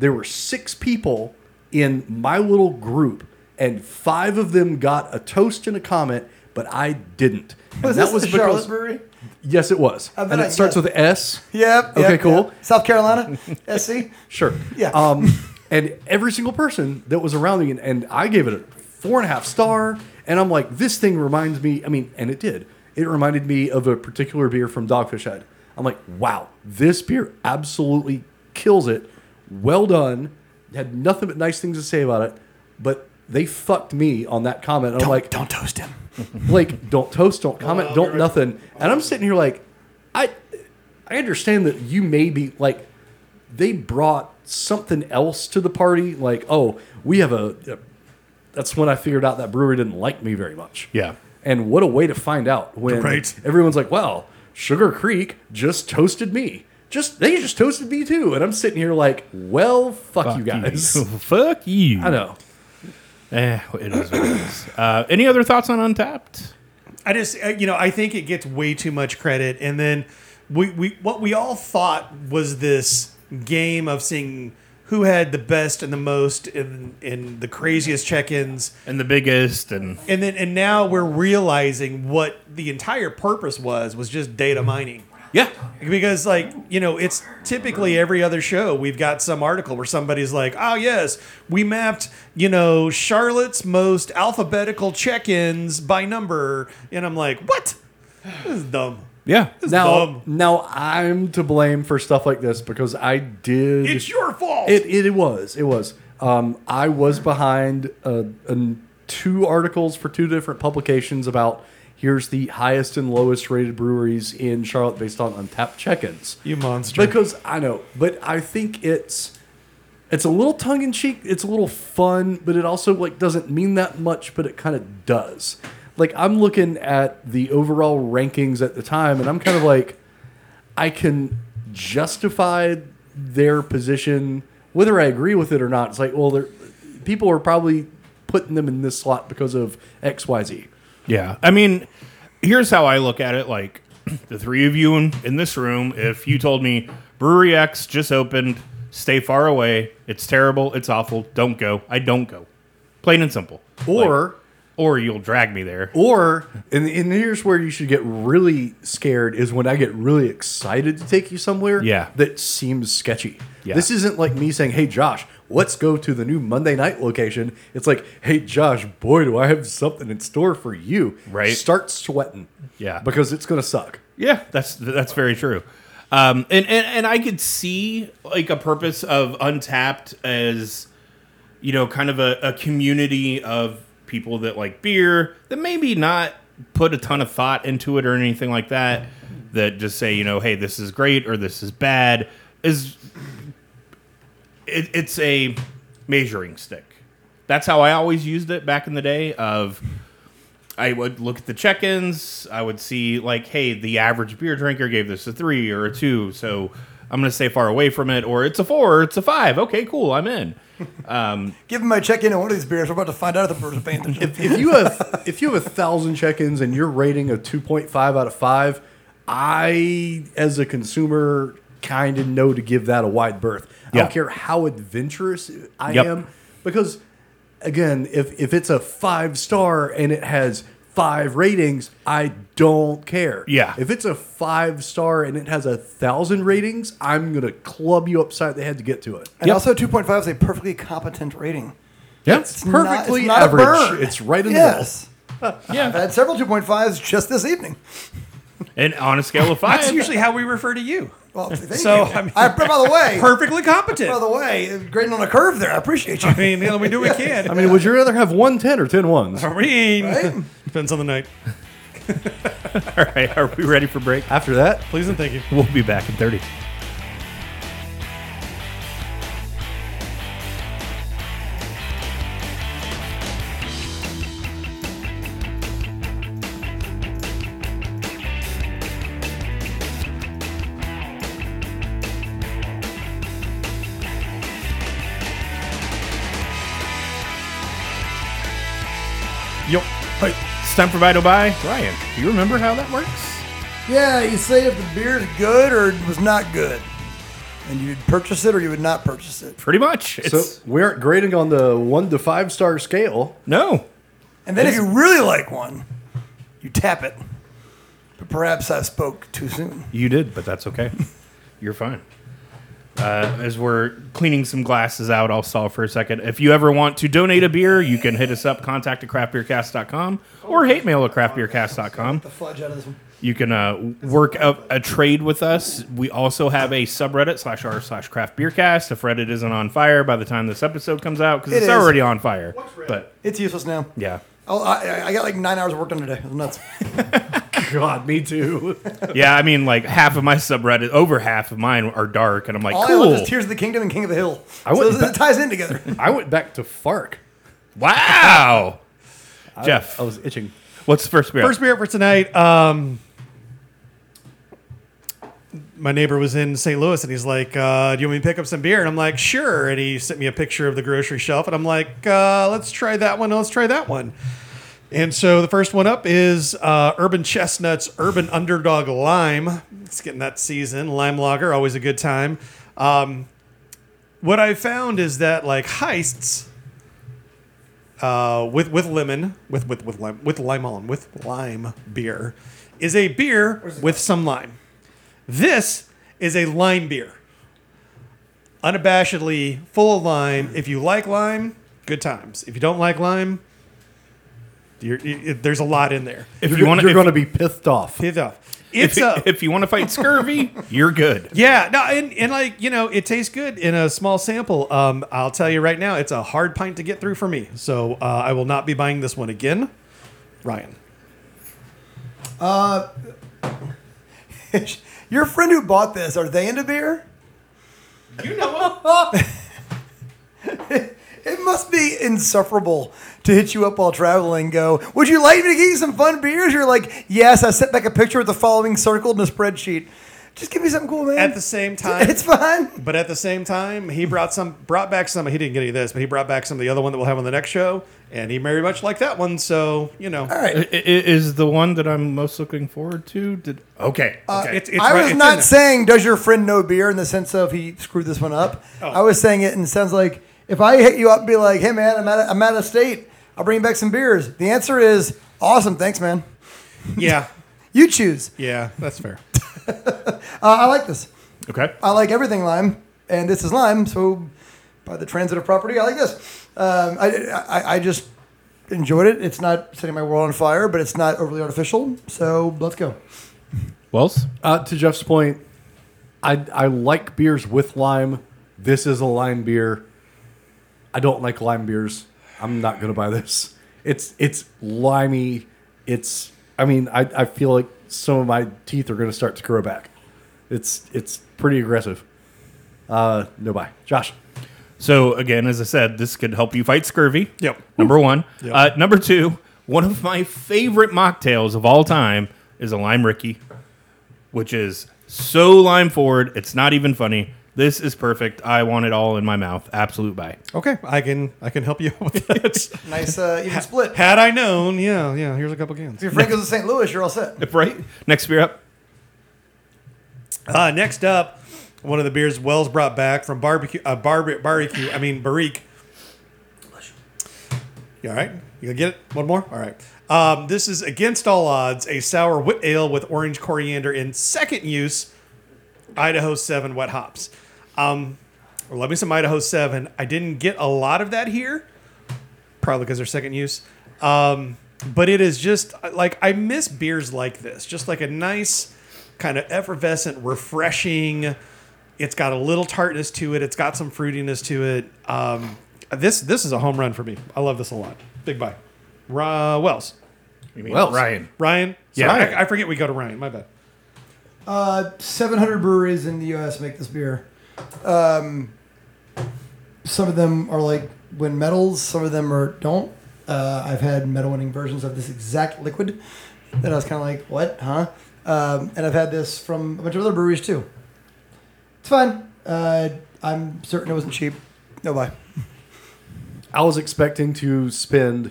S4: There were six people in my little group, and five of them got a toast and a comment, but I didn't. And
S2: Was this the Charlotte Brewery?
S4: Yes, it was.
S2: I bet
S4: and
S2: I
S4: it starts
S2: guessed.
S4: with S.
S2: Yep.
S4: Okay,
S2: yep,
S4: cool.
S2: yep. South Carolina, SC.
S4: Sure.
S2: Yeah.
S4: Um, and every single person that was around me, and, and I gave it a four and a half star. And I'm like, this thing reminds me. I mean, and it did. It reminded me of a particular beer from Dogfish Head. I'm like, wow, this beer absolutely kills it. Well done. Had nothing but nice things to say about it, but they fucked me on that comment. I'm like,
S2: don't toast him.
S4: like don't toast, don't comment, don't nothing. And I'm sitting here like, I, I understand that you may be like, they brought something else to the party. Like, oh, we have a. That's when I figured out that brewery didn't like me very much.
S3: Yeah.
S4: And what a way to find out when
S1: Right.
S4: everyone's like, "Wow, Sugar Creek just toasted me. Just they just toasted me too." And I'm sitting here like, "Well, fuck, you guys."
S3: Fuck you.
S4: I know.
S3: Eh, it is what it is. Uh, any other thoughts on Untapped?
S1: I just, uh, you know, I think it gets way too much credit. And then we, we what we all thought was this game of seeing who had the best and the most and and the craziest check-ins.
S3: and the biggest and
S1: And then and now we're realizing what the entire purpose was was just data mining.
S3: yeah,
S1: Because like, you know, it's typically every other show we've got some article where somebody's like, "Oh yes, we mapped, you know, Charlotte's most alphabetical check-ins by number." And I'm like, "What? This is dumb."
S3: yeah.
S1: This is
S4: Now,
S1: dumb.
S4: now I'm to blame for stuff like this because I did.
S1: It's your fault.
S4: It, it was. It was. Um, I was behind uh, an- two articles for two different publications about here's the highest and lowest rated breweries in Charlotte based on untapped check ins.
S1: you monster.
S4: Because I know, but I think it's it's a little tongue in cheek. It's a little fun, but it also like doesn't mean that much, but it kind of does. Like I'm looking at the overall rankings at the time, and I'm kind of like, I can justify their position whether I agree with it or not. It's like, well, they're, people are probably putting them in this slot because of X, Y, Z.
S3: Yeah. I mean, here's how I look at it like the three of you in, in this room, if you told me Brewery X just opened, stay far away, it's terrible, it's awful, don't go, I don't go. Plain and simple.
S4: Or
S3: Like, or you'll drag me there.
S4: Or and, and here's where you should get really scared is when I get really excited to take you somewhere
S3: Yeah.
S4: that seems sketchy.
S3: Yeah.
S4: This isn't like me saying, "Hey Josh, let's go to the new Monday night location." It's like, "Hey Josh, boy, do I have something in store for you."
S3: Right.
S4: Start sweating.
S3: Yeah.
S4: Because it's going to suck.
S3: Yeah, that's that's very true. Um, and, and and I could see like a purpose of Untapped as you know kind of a, a community of people that like beer that maybe not put a ton of thought into it or anything like that that just say you know hey this is great or this is bad is it, it's a measuring stick. That's how I always used it back in the day. Of I would look at the check-ins. I would see like, hey, the average beer drinker gave this a three or a two, so I'm going to stay far away from it. Or it's a four, or it's a five. Okay, cool, I'm in.
S2: Give him my check in on one of these beers. We're about to find out if the bird's paying attention.
S4: If you have if you have a thousand check-ins and you're rating a 2.5 out of 5 i as a consumer kind of know to give that a wide berth i
S3: Yeah.
S4: don't care how adventurous i
S3: Yep.
S4: am because again if if it's a five star and it has five ratings i don't care
S3: Yeah.
S4: if it's a five star and it has a thousand ratings i'm gonna club you upside the head to get to it
S2: And also, 2.5 is a perfectly competent rating.
S3: Yeah,
S4: it's
S2: not- it's
S4: perfectly
S2: not a
S4: average
S2: bird.
S4: it's right in the middle
S2: Yes. I
S3: yeah.
S2: had several 2.5s just this evening.
S3: And on a scale of
S1: That's
S3: five,
S1: usually how we refer to you.
S2: Well, thank
S1: So,
S2: you.
S1: I mean-
S2: I, by the way,
S1: Perfectly competent.
S2: by the way, grading on a curve there. I appreciate you.
S1: I mean, you know, we do what we
S4: I
S1: can.
S4: mean, would you rather have one ten or ten ones?
S1: I mean,
S2: Right?
S1: depends on the night.
S3: all right, are we ready for break?
S4: After that,
S1: Please and thank you.
S3: We'll be back in 30. Yo, hey, it's time for Vital Buy. Ryan, do you remember how that works?
S2: Yeah, you say if the beer's good or it was not good, and you'd purchase it or you would not purchase it.
S3: Pretty much. It's,
S4: so we aren't grading on the one to five star scale.
S3: no,
S2: And then if you really like one, you tap it. But perhaps I spoke too soon.
S3: You did, but that's okay. You're fine. Uh, as we're cleaning some glasses out, I'll stall for a second. If you ever want to donate a beer, you can hit us up, contact at craftbeercast.com or hate mail at craftbeercast.com.
S2: The fudge out of this one.
S3: You can uh, work up a trade with us. We also have a subreddit slash r slash craftbeercast if Reddit isn't on fire by the time this episode comes out because
S2: It
S3: it's
S2: is.
S3: already on fire. But
S2: It's useless now.
S3: yeah.
S2: Oh, I, I- I got like nine hours of work done today. It was nuts.
S4: God, me too.
S3: Yeah, I mean, like half of my subreddit, over half of mine are dark, and I'm like,
S2: All I
S3: cool.
S2: left is Tears of the Kingdom and King of the Hill.
S4: I
S2: so
S4: went
S2: this,
S4: back-
S2: it ties in together.
S4: I went back to Fark.
S3: Wow. Jeff,
S4: I was itching.
S3: what's the first beer?
S1: First beer for tonight. Um, my neighbor was in St. Louis and he's like, uh, Do you want me to pick up some beer? And I'm like, Sure. And he sent me a picture of the grocery shelf and I'm like, uh, Let's try that one. Let's try that one. And so the first one up is uh, Urban Chestnuts Urban Underdog Lime. It's getting that season. Lime Lager, always a good time. Um, what I found is that like heists uh, with with lemon with with with lime with lime on with lime beer is a beer with some lime. This is a lime beer, unabashedly full of lime. If you like lime, good times. If you don't like lime, you're, you- there's a lot in there.
S3: If
S4: You're,
S3: you want
S4: you're
S3: to,
S4: going to be pithed off.
S1: Hit up.
S3: if,
S1: It's a
S3: if you want to fight scurvy, you're good.
S1: yeah, no, and, and like you know, it tastes good in a small sample. Um, I'll tell you right now, it's a hard pint to get through for me, so uh, I will not be buying this one again. Ryan,
S2: Your friend who bought this, are they into beer?
S1: you know
S2: It must be insufferable to hit you up while traveling. and Go, would you like me to get you some fun beers? You're like, yes. I sent back a picture with the following circled in a spreadsheet. Just give me something cool, man.
S1: At the same time,
S2: it's fine.
S1: but at the same time, he brought some, brought back some. He didn't get any of this, but he brought back some of the other one that we'll have on the next show, and he very much liked that one. So you know,
S2: All right.
S3: I- i- Is the one that I'm most looking forward to? Did okay, okay.
S1: it's, it's
S2: I
S1: right-
S2: was
S1: it's in
S2: not
S1: there.
S2: saying does your friend know beer in the sense of he screwed this one up.
S1: Oh.
S2: I was saying it and it sounds like if I hit you up and be like, hey man, I'm out of, I'm out of state. I'll bring you back some beers. The answer is awesome. Thanks, man.
S1: Yeah,
S2: You choose.
S1: yeah, that's fair.
S2: Uh, I like this.
S3: okay.
S1: uh,
S2: I like everything lime, and this is lime. So by the transitive property, I like this. Um, I, I I just enjoyed it. It's not setting my world on fire, but it's not overly artificial. So let's go.
S3: Wells,
S4: Uh, to Jeff's point, I, I like beers with lime. This is a lime beer. I don't like lime beers. I'm not gonna buy this. It's it's limey. It's I mean I, I feel like some of my teeth are gonna start to grow back. It's it's pretty aggressive. Uh, no buy. Josh,
S3: So again, as I said, this could help you fight scurvy.
S1: Yep.
S3: Number one. Uh, number two. One of my favorite mocktails of all time is a lime Ricky, which is so lime forward. It's not even funny. This is perfect. I want it all in my mouth. Absolute buy.
S1: Okay, I can I can help you out with that.
S2: Nice uh, even split. If
S1: Had I known, yeah, yeah. Here's a couple cans.
S2: your friend goes to St. Louis, you're all set.
S3: Right. Next beer up.
S1: Uh, next up, one of the beers Wells brought back from barbecue, uh, barbe- barbecue. I mean, Barrique. You all right? You gonna get it? One more? All right. Um, this is against all odds a sour wit ale with orange coriander in second use, Idaho Seven wet hops. Um, or let me some Idaho Seven. I didn't get a lot of that here, probably because they're second use. Um, but it is just uh, like I miss beers like this, just like a nice kind of effervescent, refreshing. It's got a little tartness to it. It's got some fruitiness to it. Um, this this is a home run for me. I love this a lot. Big bye, Ra- Wells,
S3: Well, Ryan.
S1: Ryan.
S3: Yeah.
S1: Sorry, I, I forget we go to Ryan. My bad.
S2: Uh, 700 breweries in the U.S. make this beer. Um, some of them are like win medals. Some of them are don't. Uh, I've had medal winning versions of this exact liquid that I was kind of like, what, huh? Um, and I've had this from a bunch of other breweries too. It's fine. Uh, I'm certain it wasn't cheap. No buy.
S4: I was expecting to spend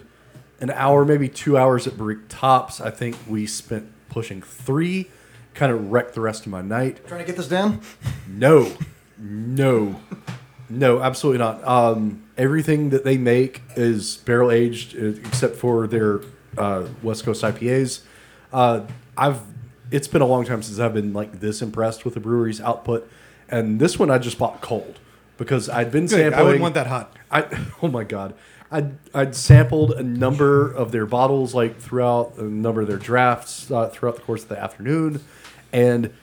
S4: an hour, maybe two hours at Brick Tops. I think we spent pushing three. Kind of wrecked the rest of my night.
S2: Trying to get this down.
S4: No, no, no, absolutely not. Um, everything that they make is barrel aged, uh, except for their uh, West Coast IPAs. Uh, I've it's been a long time since I've been like this impressed with the brewery's output, and this one I just bought cold because I'd been
S1: Good.
S4: sampling.
S1: I wouldn't want that hot.
S4: I oh my god, I I'd sampled a number of their bottles like throughout a number of their drafts uh, throughout the course of the afternoon, and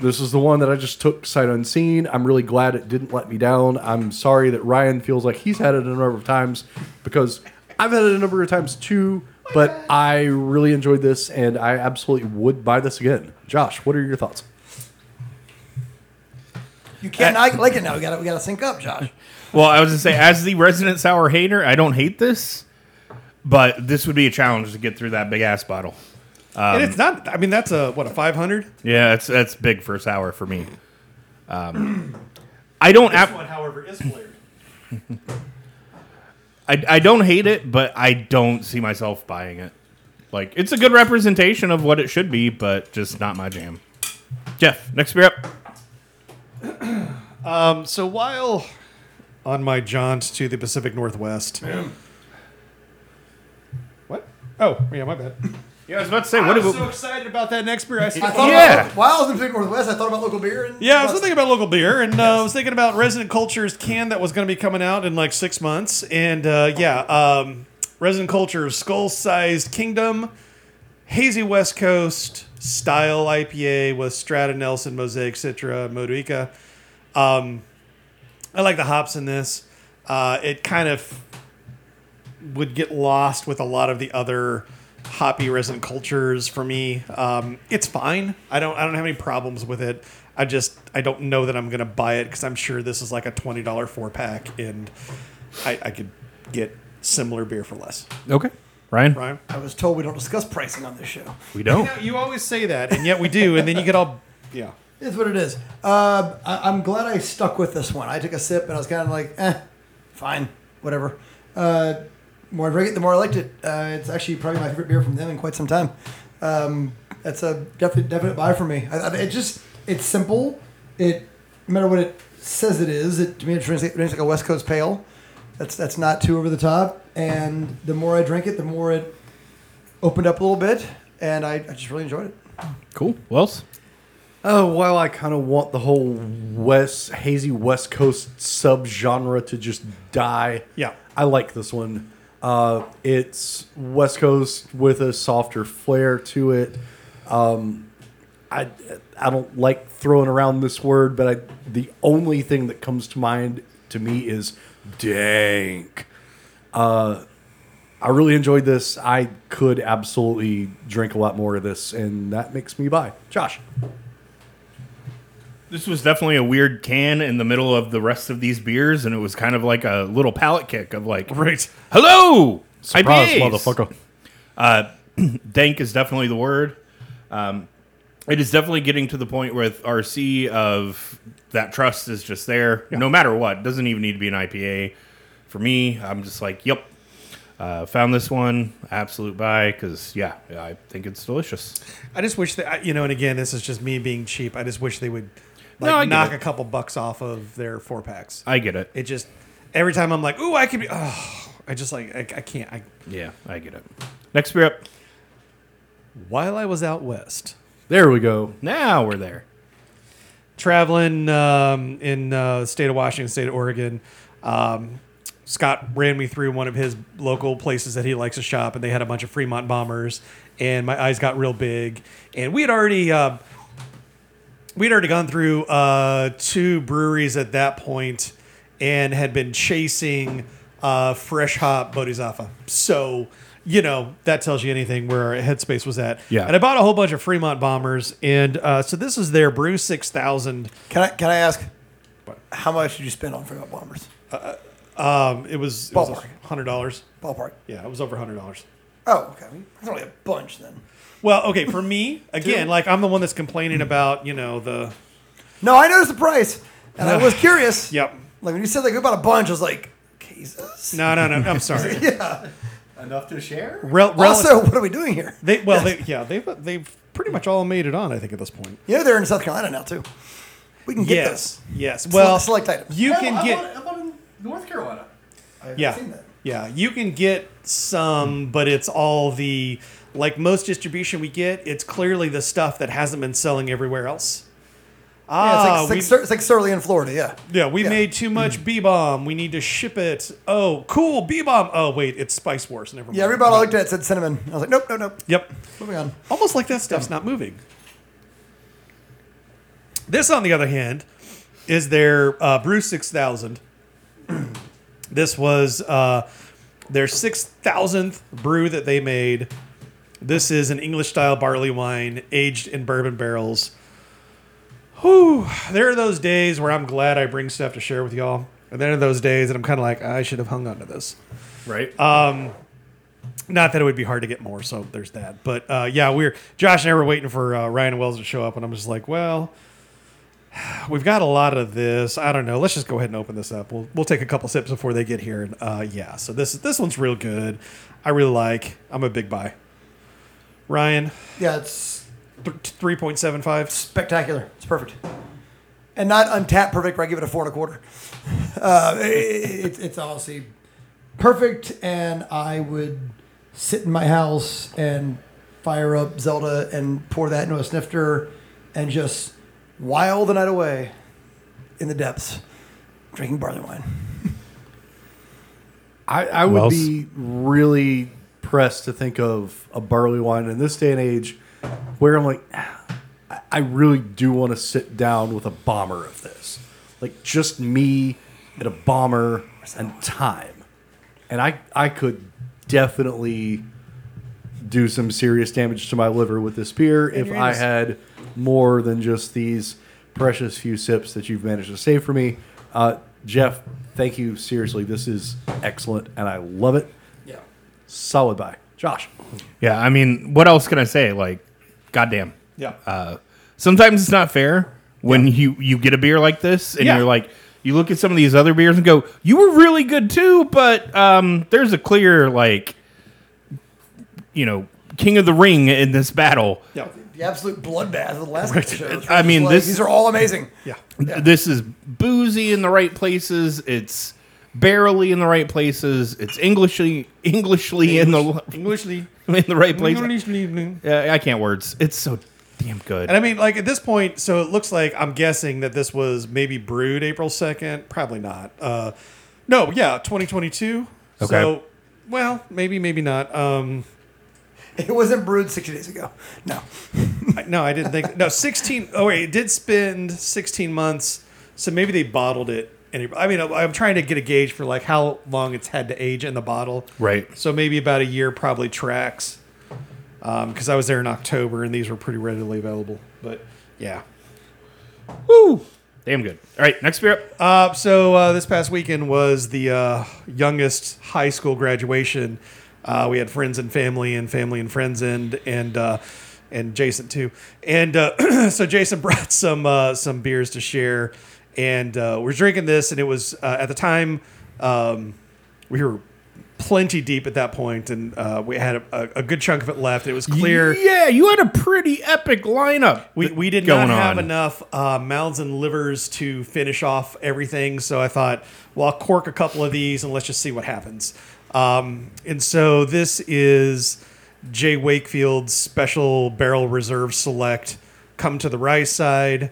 S4: this is the one that I just took sight unseen. I'm really glad it didn't let me down. I'm sorry that Ryan feels like he's had it a number of times because I've had it a number of times too. But I really enjoyed this, and I absolutely would buy this again. Josh, what are your thoughts?
S2: You can't not like it now. We got to we got to sync up, Josh.
S3: Well, I was gonna say, as the resident sour hater, I don't hate this, but this would be a challenge to get through that big ass bottle.
S1: and it's not. I mean, that's a what a five hundred.
S3: Yeah, that's that's big for sour for me. Um, I don't ap-
S1: however, is flavored.
S3: I, I don't hate it, but I don't see myself buying it. Like it's a good representation of what it should be, but just not my jam. Jeff, next beer up.
S1: So while on my jaunts to the Pacific Northwest. What? Oh, yeah, my bad.
S3: Yeah, I was about to say, what
S1: I'm
S3: if
S1: so excited about that next beer. I
S2: I
S1: saw.
S2: thought
S3: Yeah.
S2: about, while I was in Pacific Northwest, I thought about local beer. And
S1: Yeah, I was thinking about local beer, and uh, I was thinking about Resident Culture's can that was going to be coming out in like six months, and uh, yeah, um, Resident Culture's Skull Sized Kingdom, hazy West Coast style IPA with Strata Nelson, Mosaic Citra, Moduica. Um, I like the hops in this. Uh, it kind of would get lost with a lot of the other hoppy resin cultures for me. Um, it's fine. I don't I don't have any problems with it. I just I don't know that I'm gonna buy it because I'm sure this is like a twenty dollar four pack and I, I could get similar beer for less.
S3: Okay. Ryan?
S1: Right?
S2: I was told we don't discuss pricing on this show.
S3: We don't.
S1: You always say that, and yet we do, and then you get all yeah.
S2: It's what it is. Uh, I, I'm glad I stuck with this one. I took a sip and I was kind of like, eh, fine, whatever. Uh, the more I drank it, the more I liked it. Uh, it's actually probably my favorite beer from them in quite some time. Um, that's a definite definite buy for me. I, I, it just it's simple. It no matter what it says it is. It to me it drinks like, drinks like a West Coast pale. That's that's not too over the top. And the more I drank it, the more it opened up a little bit, and I, I just really enjoyed it.
S3: Cool. Wells?
S4: Oh, well, I kind of want the whole West hazy West Coast subgenre to just die.
S1: Yeah.
S4: I like this one. Uh, it's West Coast with a softer flair to it. Um, I I don't like throwing around this word, but I, the only thing that comes to mind to me is dank. Uh, I really enjoyed this. I could absolutely drink a lot more of this, and that makes me buy. Josh.
S3: This was definitely a weird can in the middle of the rest of these beers, and it was kind of like a little palate kick of like,
S1: Right.
S3: hello!
S4: Surprise,
S3: IPAs!"
S4: motherfucker.
S3: dank is definitely the word. Um, it is definitely getting to the point with RC of that trust is just there, no matter what. Doesn't even need to be an IPA. For me, I'm just like, yep. Uh, found this one, absolute buy, because yeah, I think it's delicious.
S1: I just wish that I- you know, and again, this is just me being cheap. I just wish they would like
S3: No, I get
S1: knock
S3: it.
S1: a couple bucks off of their four packs.
S3: I get it.
S1: It just every time I'm like, ooh, I could be. Oh, I just like I, I can't. I,
S3: Yeah, I get it. Next beer up.
S1: while I was out west
S4: There we go.
S3: Now we're there.
S1: traveling um, in uh, the state of Washington, state of Oregon, um, Scott ran me through one of his local places that he likes to shop, and they had a bunch of Fremont bombers, and my eyes got real big, and we had already. Uh, we'd already gone through uh, two breweries at that point and had been chasing uh, fresh hop bodhisattva. So, you know, that tells you anything where our headspace was at.
S3: Yeah.
S1: And I bought a whole bunch of Fremont bombers. And uh, so this is their Brew 6000.
S2: Can I can I ask how much did you spend on Fremont Bombers?
S1: Um, it was, it was
S2: Ballpark.
S1: $100.
S2: Ballpark.
S1: Yeah, it was over $100.
S2: Oh, okay. That's only a bunch then.
S1: Well, okay, for me, again, like I'm the one that's complaining about, you know, the.
S2: No, I noticed the price, and I was curious.
S1: Yep.
S2: Like when you said like we bought a bunch, I was like, Jesus.
S1: No, no, no. I'm sorry.
S2: Yeah.
S4: Enough to share?
S1: Rel- rel-
S2: Also, what are we doing here?
S1: they, well, they, yeah, they've, they've pretty much all made it on, I think, at this point.
S2: You know they're in South Carolina now too. We can get
S1: Yes. Yes.
S2: Select-
S1: Well,
S2: select items.
S1: You can get
S4: in North Carolina.
S2: those.
S1: yeah. Yeah, you can get some, but it's all the like most distribution we get, it's clearly the stuff that hasn't been selling everywhere else.
S2: yeah,
S1: Ah,
S2: it's like, it's
S1: we,
S2: like, it's like Surly in Florida. Yeah.
S1: yeah, we
S2: yeah.
S1: made too much B bomb. We need to ship it. Oh, cool, B bomb. Oh, wait, it's Spice Wars. Never mind.
S2: Yeah. Everybody I looked at said cinnamon. I was like, nope, nope, nope.
S1: Yep.
S2: Moving on.
S1: Almost like that stuff's not moving. This, on the other hand, is their uh, Brew 6000. this was uh, their 6,000th brew that they made. This is an English style barley wine aged in bourbon barrels. Whew, there are those days where I'm glad I bring stuff to share with y'all. And then are those days that I'm kind of like, I should have hung on to this
S3: Right?
S4: Uh,
S1: not that it would be hard to get more, so there's that. But uh, yeah, we're Josh and I were waiting for uh, Ryan Wells to show up, and I'm just like, well, we've got a lot of this. I don't know. Let's just go ahead and open this up. We'll we'll take a couple sips before they get here, and uh, yeah. So this this one's real good. I really like. I'm a big buy. Ryan,
S2: Yeah, it's
S1: three point seven five.
S2: spectacular. It's perfect. and not untapped perfect. Where I give it a four and a quarter. Uh, it, it, it's honestly perfect, and I would sit in my house and fire up Zelda and pour that into a snifter and just while the night away in the depths drinking barley wine.
S4: I, I would
S5: Wells?
S4: be really pressed to think of a barley wine in this day and age where I'm like, I- I really do want to sit down with a bomber of this. Like, just me and a bomber and time. And I, I could definitely do some serious damage to my liver with this beer if
S1: you're
S4: I
S1: innocent.
S4: had more than just these precious few sips that you've managed to save for me. Uh, Jeff, thank you. Seriously, this is excellent and I love it.
S2: Yeah.
S4: Solid buy. Josh.
S3: Yeah, I mean, what else can I say? Like, goddamn.
S1: Yeah.
S3: Uh, sometimes it's not fair when you you get a beer like this and
S1: Yeah.
S3: you're like, you look at some of these other beers and go, you were really good too, but um, there's a clear like, you know, King of the Ring in this battle.
S1: yeah.
S2: The absolute bloodbath of the last right. show.
S3: I mean, this-
S2: these are all amazing.
S1: Yeah.
S3: This is boozy in the right places. It's barely in the right places. It's Englishly, Englishly in the
S1: Englishly.
S3: in the right places.
S1: Englishly.
S3: Yeah, I can't words. It's so damn good.
S1: And I mean, like at this point, so it looks like I'm guessing that this was maybe brewed April 2nd. Probably not. Uh, no, yeah, 2022. So,
S3: Okay.
S1: well, maybe, maybe not. Um,
S2: It wasn't brewed 60 days ago. No.
S1: I- no, I didn't think. No, 16. Oh, wait, it did spend 16 months. So maybe they bottled it. in April. I mean, I'm- I'm trying to get a gauge for like how long it's had to age in the bottle.
S3: Right.
S1: So maybe about a year probably tracks. Because I was there in October and these were pretty readily available. But yeah.
S3: Woo! Damn good. All right, next beer. up.
S1: Uh, so uh, this past weekend was the uh, youngest high school graduation. Uh, we had friends and family, and family and friends, and and uh, and Jason too. And uh, so Jason brought some uh, some beers to share, and uh, we're drinking this, and it was uh, at the time um, we were plenty deep at that point, and uh, we had a, a, a good chunk of it left. It was clear.
S3: Yeah, you had a pretty epic lineup.
S1: We,
S3: th-
S1: we did
S3: going
S1: not have
S3: on.
S1: enough uh, mouths and livers to finish off everything, so I thought, well, I'll cork a couple of these and let's just see what happens. Um, and so this is Jay Wakefield's special barrel reserve select. Come to the rye side,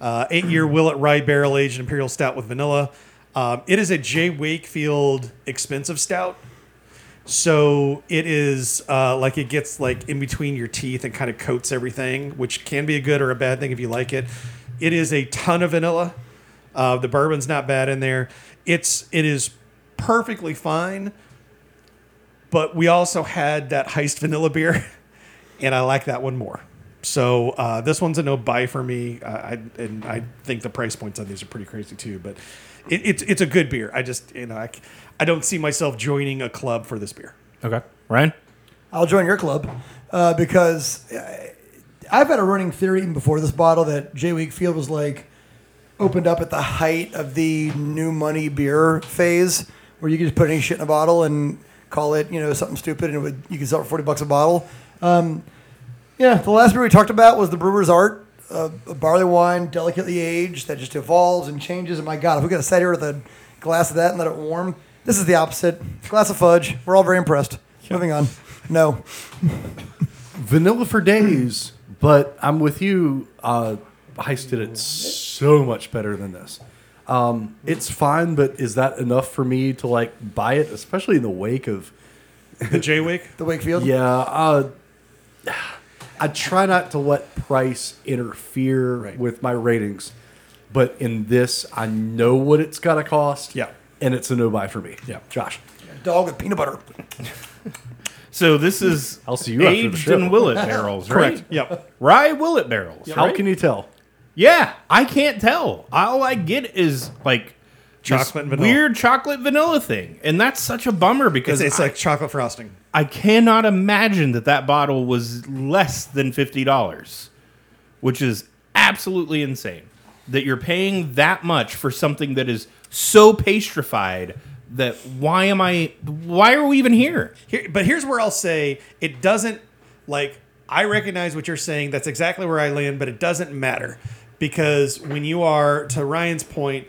S1: uh, eight year Willet rye barrel aged imperial stout with vanilla. Um, it is a Jay Wakefield expensive stout. So it is uh, like it gets like in between your teeth and kind of coats everything, which can be a good or a bad thing if you like it. It is a ton of vanilla. Uh, the bourbon's not bad in there. It's it is perfectly fine. But we also had that heist vanilla beer, and I like that one more. So uh, this one's a no buy for me. Uh, I and I think the price points on these are pretty crazy too. But it, it's it's a good beer. I just you know I, c- I don't see myself joining a club for this beer.
S3: Okay, Ryan.
S2: I'll join your club uh, because uh, I've had a running theory even before this bottle that Jay Wakefield was like opened up at the height of the new money beer phase, where you could just put any shit in a bottle and call it you know something stupid, and it would you could sell it for forty bucks a bottle. Yeah, the last beer we talked about was the Brewer's Art, uh, a barley wine delicately aged that just evolves and changes. And my God, if we got to sit here with a glass of that and let it warm, this is the opposite. Glass of fudge. We're all very impressed. Moving on. No,
S4: Vanilla for days, but I'm with you. Uh, Heist did it so much better than this. Um, it's fine, but is that enough for me to like buy it, especially in the wake of
S1: The J Wake.
S2: the Wakefield.
S4: Yeah, uh, I try not to let price interfere with my ratings, but in this, I know what it's got to cost.
S1: Yeah.
S4: and it's a no buy for me. Yeah, Josh.
S2: Dog with peanut butter.
S3: Uh, So this is
S4: I'll see you after the
S3: aged
S4: show.
S3: in Willet barrels, right?
S1: Correct. Yep.
S3: Rye Willet barrels.
S4: How
S3: right?
S4: can you tell?
S3: Yeah, I can't tell. All I get is like this
S1: Chocolate and vanilla.
S3: weird chocolate vanilla thing, and that's such a bummer because
S1: It's, it's
S3: I,
S1: like chocolate frosting.
S3: I cannot imagine that that bottle was less than fifty dollars, which is absolutely insane. That you're paying that much for something that is so pastrified that why am I? Why are we even here?
S1: Here, but here's where I'll say it doesn't like I recognize what you're saying. That's exactly where I land, but it doesn't matter because when you are to Ryan's point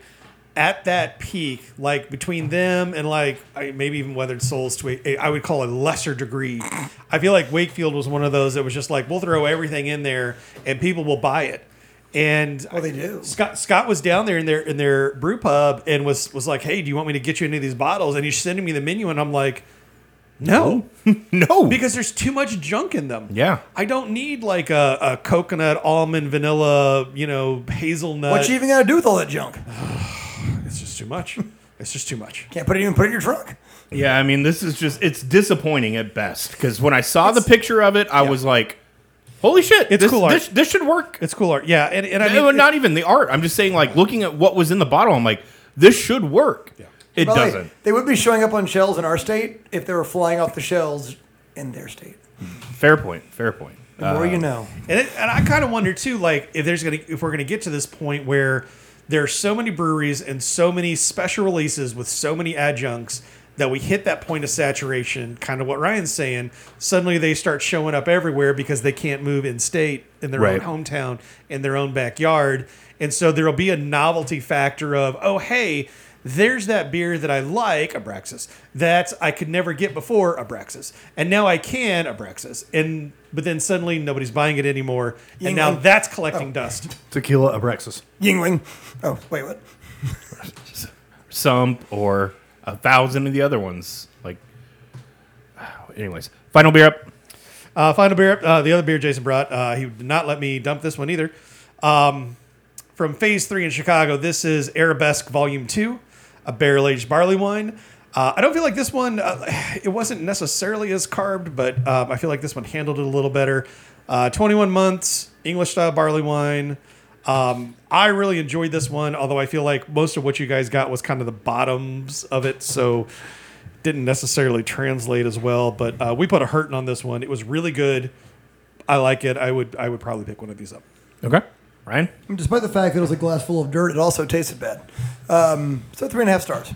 S1: at that peak, like between them and like I- maybe even Weathered Souls to a, I would call a lesser degree. I feel like Wakefield was one of those that was just like we'll throw everything in there and people will buy it. And
S2: Well, they do.
S1: Scott Scott was down there in their in their brew pub and was was like, "Hey, do you want me to get you any of these bottles?" And he's sending me the menu, and I'm like, "No."
S3: No,
S1: because there's too much junk in them.
S3: Yeah.
S1: I don't need like a, a coconut, almond, vanilla, you know, hazelnut.
S2: What you even got to do with all that junk?
S1: it's just too much. It's just too much.
S2: Can't put it even put it in your trunk.
S3: Yeah, I mean, this is just, it's disappointing at best. Because when I saw the picture of it, I was like, holy shit,
S1: It's
S3: this,
S1: cool art.
S3: This, this should work.
S1: It's cool art. Yeah, and, and I
S3: I
S1: mean, it-
S3: not even the art. I'm just saying, like, looking at what was in the bottle, I'm like, this should work. It
S2: By the way,
S3: doesn't.
S2: They would be showing up on shelves in our state if they were flying off the shelves in their state.
S3: Fair point. Fair point.
S2: The more
S3: Uh.
S2: you know.
S1: And, it, and I kind of wonder too, like if there's gonna if we're gonna get to this point where there are so many breweries and so many special releases with so many adjuncts that we hit that point of saturation. Kind of what Ryan's saying. Suddenly they start showing up everywhere because they can't move in state in their
S3: Right.
S1: own hometown in their own backyard, and so there'll be a novelty factor of oh hey. There's that beer that I like, Abraxas, that I could never get before, Abraxas. And now I can, Abraxas. And but then suddenly nobody's buying it anymore. And now
S2: Yingling.
S1: that's collecting dust.
S4: Tequila Abraxas.
S2: Yingling. Oh, wait, what?
S3: Some or a thousand of the other ones. Like, anyways, final beer up.
S1: Uh, final beer, uh, the other beer Jason brought, uh, he did not let me dump this one either. Um, from Phase 3 in Chicago, this is Arabesque Volume 2, a barrel aged barley wine. Uh, I don't feel like this one, uh, it wasn't necessarily as carved, but um, I feel like this one handled it a little better. Uh, 21 months, English style barley wine. Um, I really enjoyed this one, although I feel like most of what you guys got was kind of the bottoms of it. So didn't necessarily translate as well, but uh, we put a hurting on this one. It was really good. I like it. I would I would probably pick one of these up.
S3: Okay. Ryan?
S2: Despite the fact that it was a glass full of dirt, it also tasted bad. Um, so three and a half stars.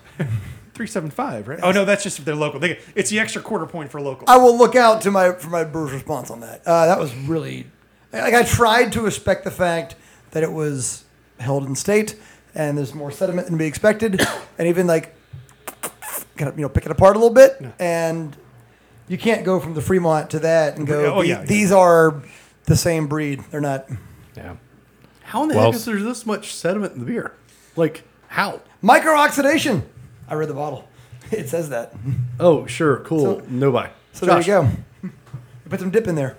S1: Three seven five,
S4: Uh,
S1: right? Oh no, that's just if they're local. They, it's the extra quarter point for local.
S2: I will look out to my for my brewer's response on that. Uh, that was really like I tried to respect the fact that it was held in state and there's more sediment than we expected, and even like kind of you know pick it apart a little bit, and you can't go from the Fremont to that and go.
S1: Oh,
S2: "The-
S1: yeah, yeah.
S2: these are the same breed. They're not.
S3: Yeah.
S4: How in the
S3: Well-
S4: heck is there this much sediment in the beer? Like, how?
S2: Microoxidation. I read the bottle. It says that.
S4: Oh, sure, cool.
S2: So-
S4: no buy.
S2: So
S4: Josh.
S2: there you go. Put some dip in there.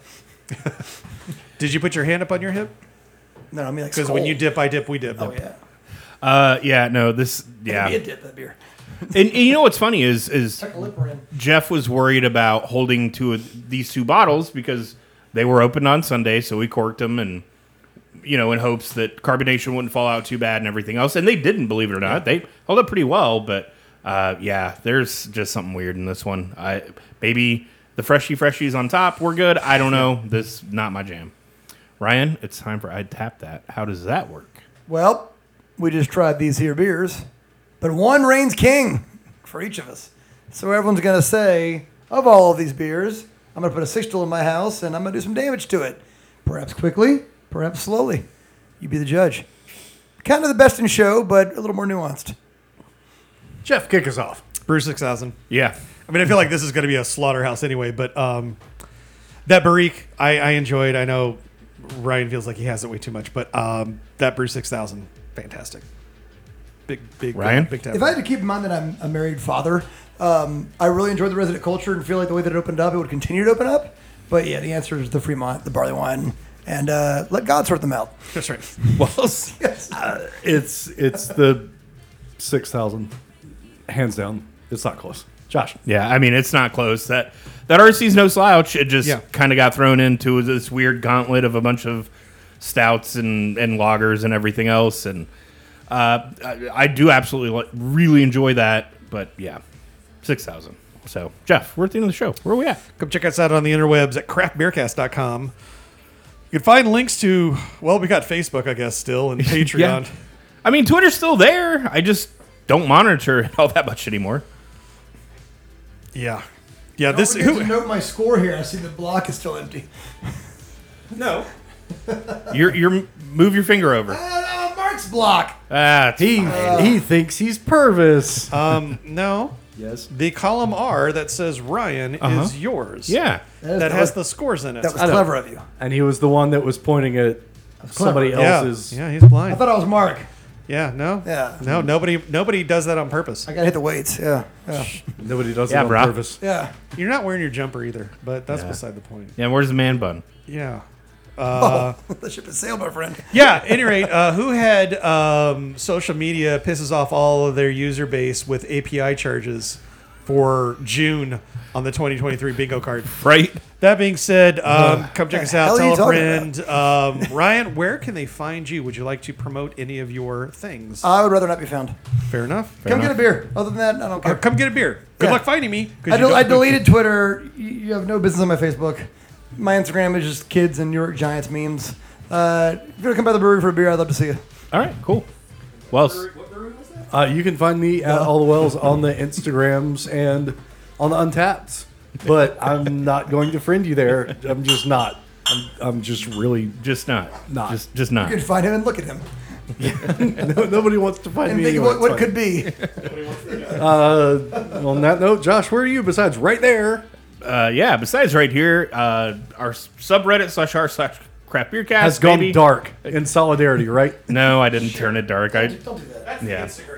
S1: Did you put your hand up on your hip?
S2: No, I mean like
S1: Because when
S2: skull.
S1: you dip, I dip. We dip.
S2: Oh yeah.
S3: Uh, yeah, no, this, yeah.
S2: Be a
S3: And,
S2: dip that beer.
S3: and you know what's funny is, is
S2: Tuck a lipper in.
S3: Jeff was worried about holding two of these two bottles because they were opened on Sunday, so we corked them and you know in hopes that carbonation wouldn't fall out too bad and everything else. And they didn't, believe it or not, they held up pretty well. But uh, yeah, there's just something weird in this one. I maybe the freshy freshies on top were good. I don't know. This not my jam. Ryan, it's time for I tap that. How does that work?
S2: Well, we just tried these here beers, but one reigns king for each of us. So everyone's going to say, of all of these beers, I'm going to put a six still in my house and I'm going to do some damage to it. Perhaps quickly, perhaps slowly. You be the judge. Kind of the best in show, but a little more nuanced.
S4: Jeff, kick us off.
S1: Brew six thousand.
S3: Yeah,
S1: I mean, I feel like this is going to be a slaughterhouse anyway. But um, that barrique, I, I enjoyed. I know Ryan feels like he has it way too much, but um, that brew six thousand, fantastic. Big big
S3: Ryan?
S1: big time.
S2: If I had to keep in mind that I'm a married father, um, I really enjoyed the resident culture and feel like the way that it opened up, it would continue to open up. But yeah, the answer is the Fremont, the barley wine, and uh, let God sort them out.
S1: That's right.
S3: well,
S2: Yes.
S4: Uh, It's it's the six thousand, hands down. It's not close. Josh,
S3: Yeah, I mean it's not close. That that RC's no slouch. It just
S1: Yeah.
S3: kind of got thrown into this weird gauntlet of a bunch of stouts and and lagers and everything else. And uh, I, I do absolutely li- really enjoy that. But yeah, six thousand. So Jeff, we're at the end of the show. Where are we at?
S1: Come check us out on the interwebs at craftbeercast.com. You can find links to, well, we got Facebook, I guess, still, and Patreon.
S3: I mean Twitter's still there. I just don't monitor it all that much anymore.
S1: Yeah. Yeah,
S2: This
S1: this.
S2: who,
S1: Who,
S2: note my score here. I see the block is still empty.
S1: no.
S3: You're you're move your finger over.
S2: Uh, uh, Mark's block.
S3: Ah, it's-
S4: He he thinks he's Purvis.
S1: Um, no.
S4: yes.
S1: The column R that says Ryan is yours.
S3: yeah.
S1: That,
S2: That
S1: has
S2: was-
S1: the scores in it.
S2: That was
S4: I know.
S2: clever of you.
S4: And he was the one that was pointing at somebody
S1: yeah.
S4: else's.
S1: yeah, he's blind.
S2: I thought I was Mark.
S1: yeah, no.
S2: Yeah.
S1: No, nobody nobody does that on purpose.
S2: I gotta hit the weights. Yeah. Yeah.
S4: Nobody does
S3: Yeah,
S4: it on
S3: brah.
S4: purpose.
S2: Yeah.
S1: You're not wearing your jumper either, but that's beside the point.
S3: Yeah, where's the man bun?
S1: Yeah.
S2: the ship has sailed, my friend.
S1: Yeah, at any rate, uh, who had um, social media pisses off all of their user base with API charges for June on the 2023 bingo card?
S3: Right?
S1: That being said, um, come check us out.
S2: hell are
S1: Tell
S2: you
S1: a
S2: talking
S1: friend. Um, Ryan, where can they find you? Would you like to promote any of your things?
S2: I would rather not be found.
S1: Fair enough.
S2: Come get a beer. Other than that, I
S1: Or
S2: don't care.
S1: come get a beer. Good
S2: Yeah.
S1: luck finding me. 'cause
S2: I,
S1: you
S2: del-
S1: don't-
S2: I deleted Twitter. You- You have no business on my Facebook. My Instagram is just kids and New York Giants memes. Uh, if you're gonna come by the brewery for a beer, I'd love to see you.
S3: All right, cool. Well, s-
S4: Uh, you can find me at All the Wells on the Instagrams and on the Untapped. But I'm not going to friend you there. I'm just not. I'm, I'm just really.
S3: just not.
S4: Not.
S3: Just just not.
S2: You can find him and look at him
S4: No, nobody wants to find
S2: and
S4: me.
S2: think
S4: anyway.
S2: what, what
S4: It's
S2: could be.
S4: fine. on that note, Josh, where are you besides right there?
S3: Uh, yeah. Besides, right here, uh, our s- subreddit slash r slash crap beer cast
S4: Has gone
S3: baby.
S4: dark in solidarity, right?
S3: No, I didn't turn it dark. I
S2: Don't do that.
S1: That's
S3: Yeah.
S1: Instagram.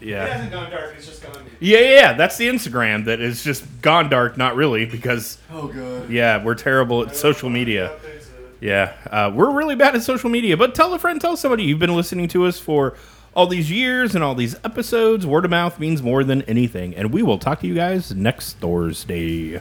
S3: Yeah.
S1: gone dark. It's just gone.
S3: yeah, yeah, yeah. That's the Instagram that is just gone dark. Not really, because
S4: Oh, good.
S3: yeah, we're terrible at social media. Yeah, uh, we're really bad at social media, but tell a friend, tell somebody you've been listening to us for all these years and all these episodes. Word of mouth means more than anything, and we will talk to you guys next Thursday.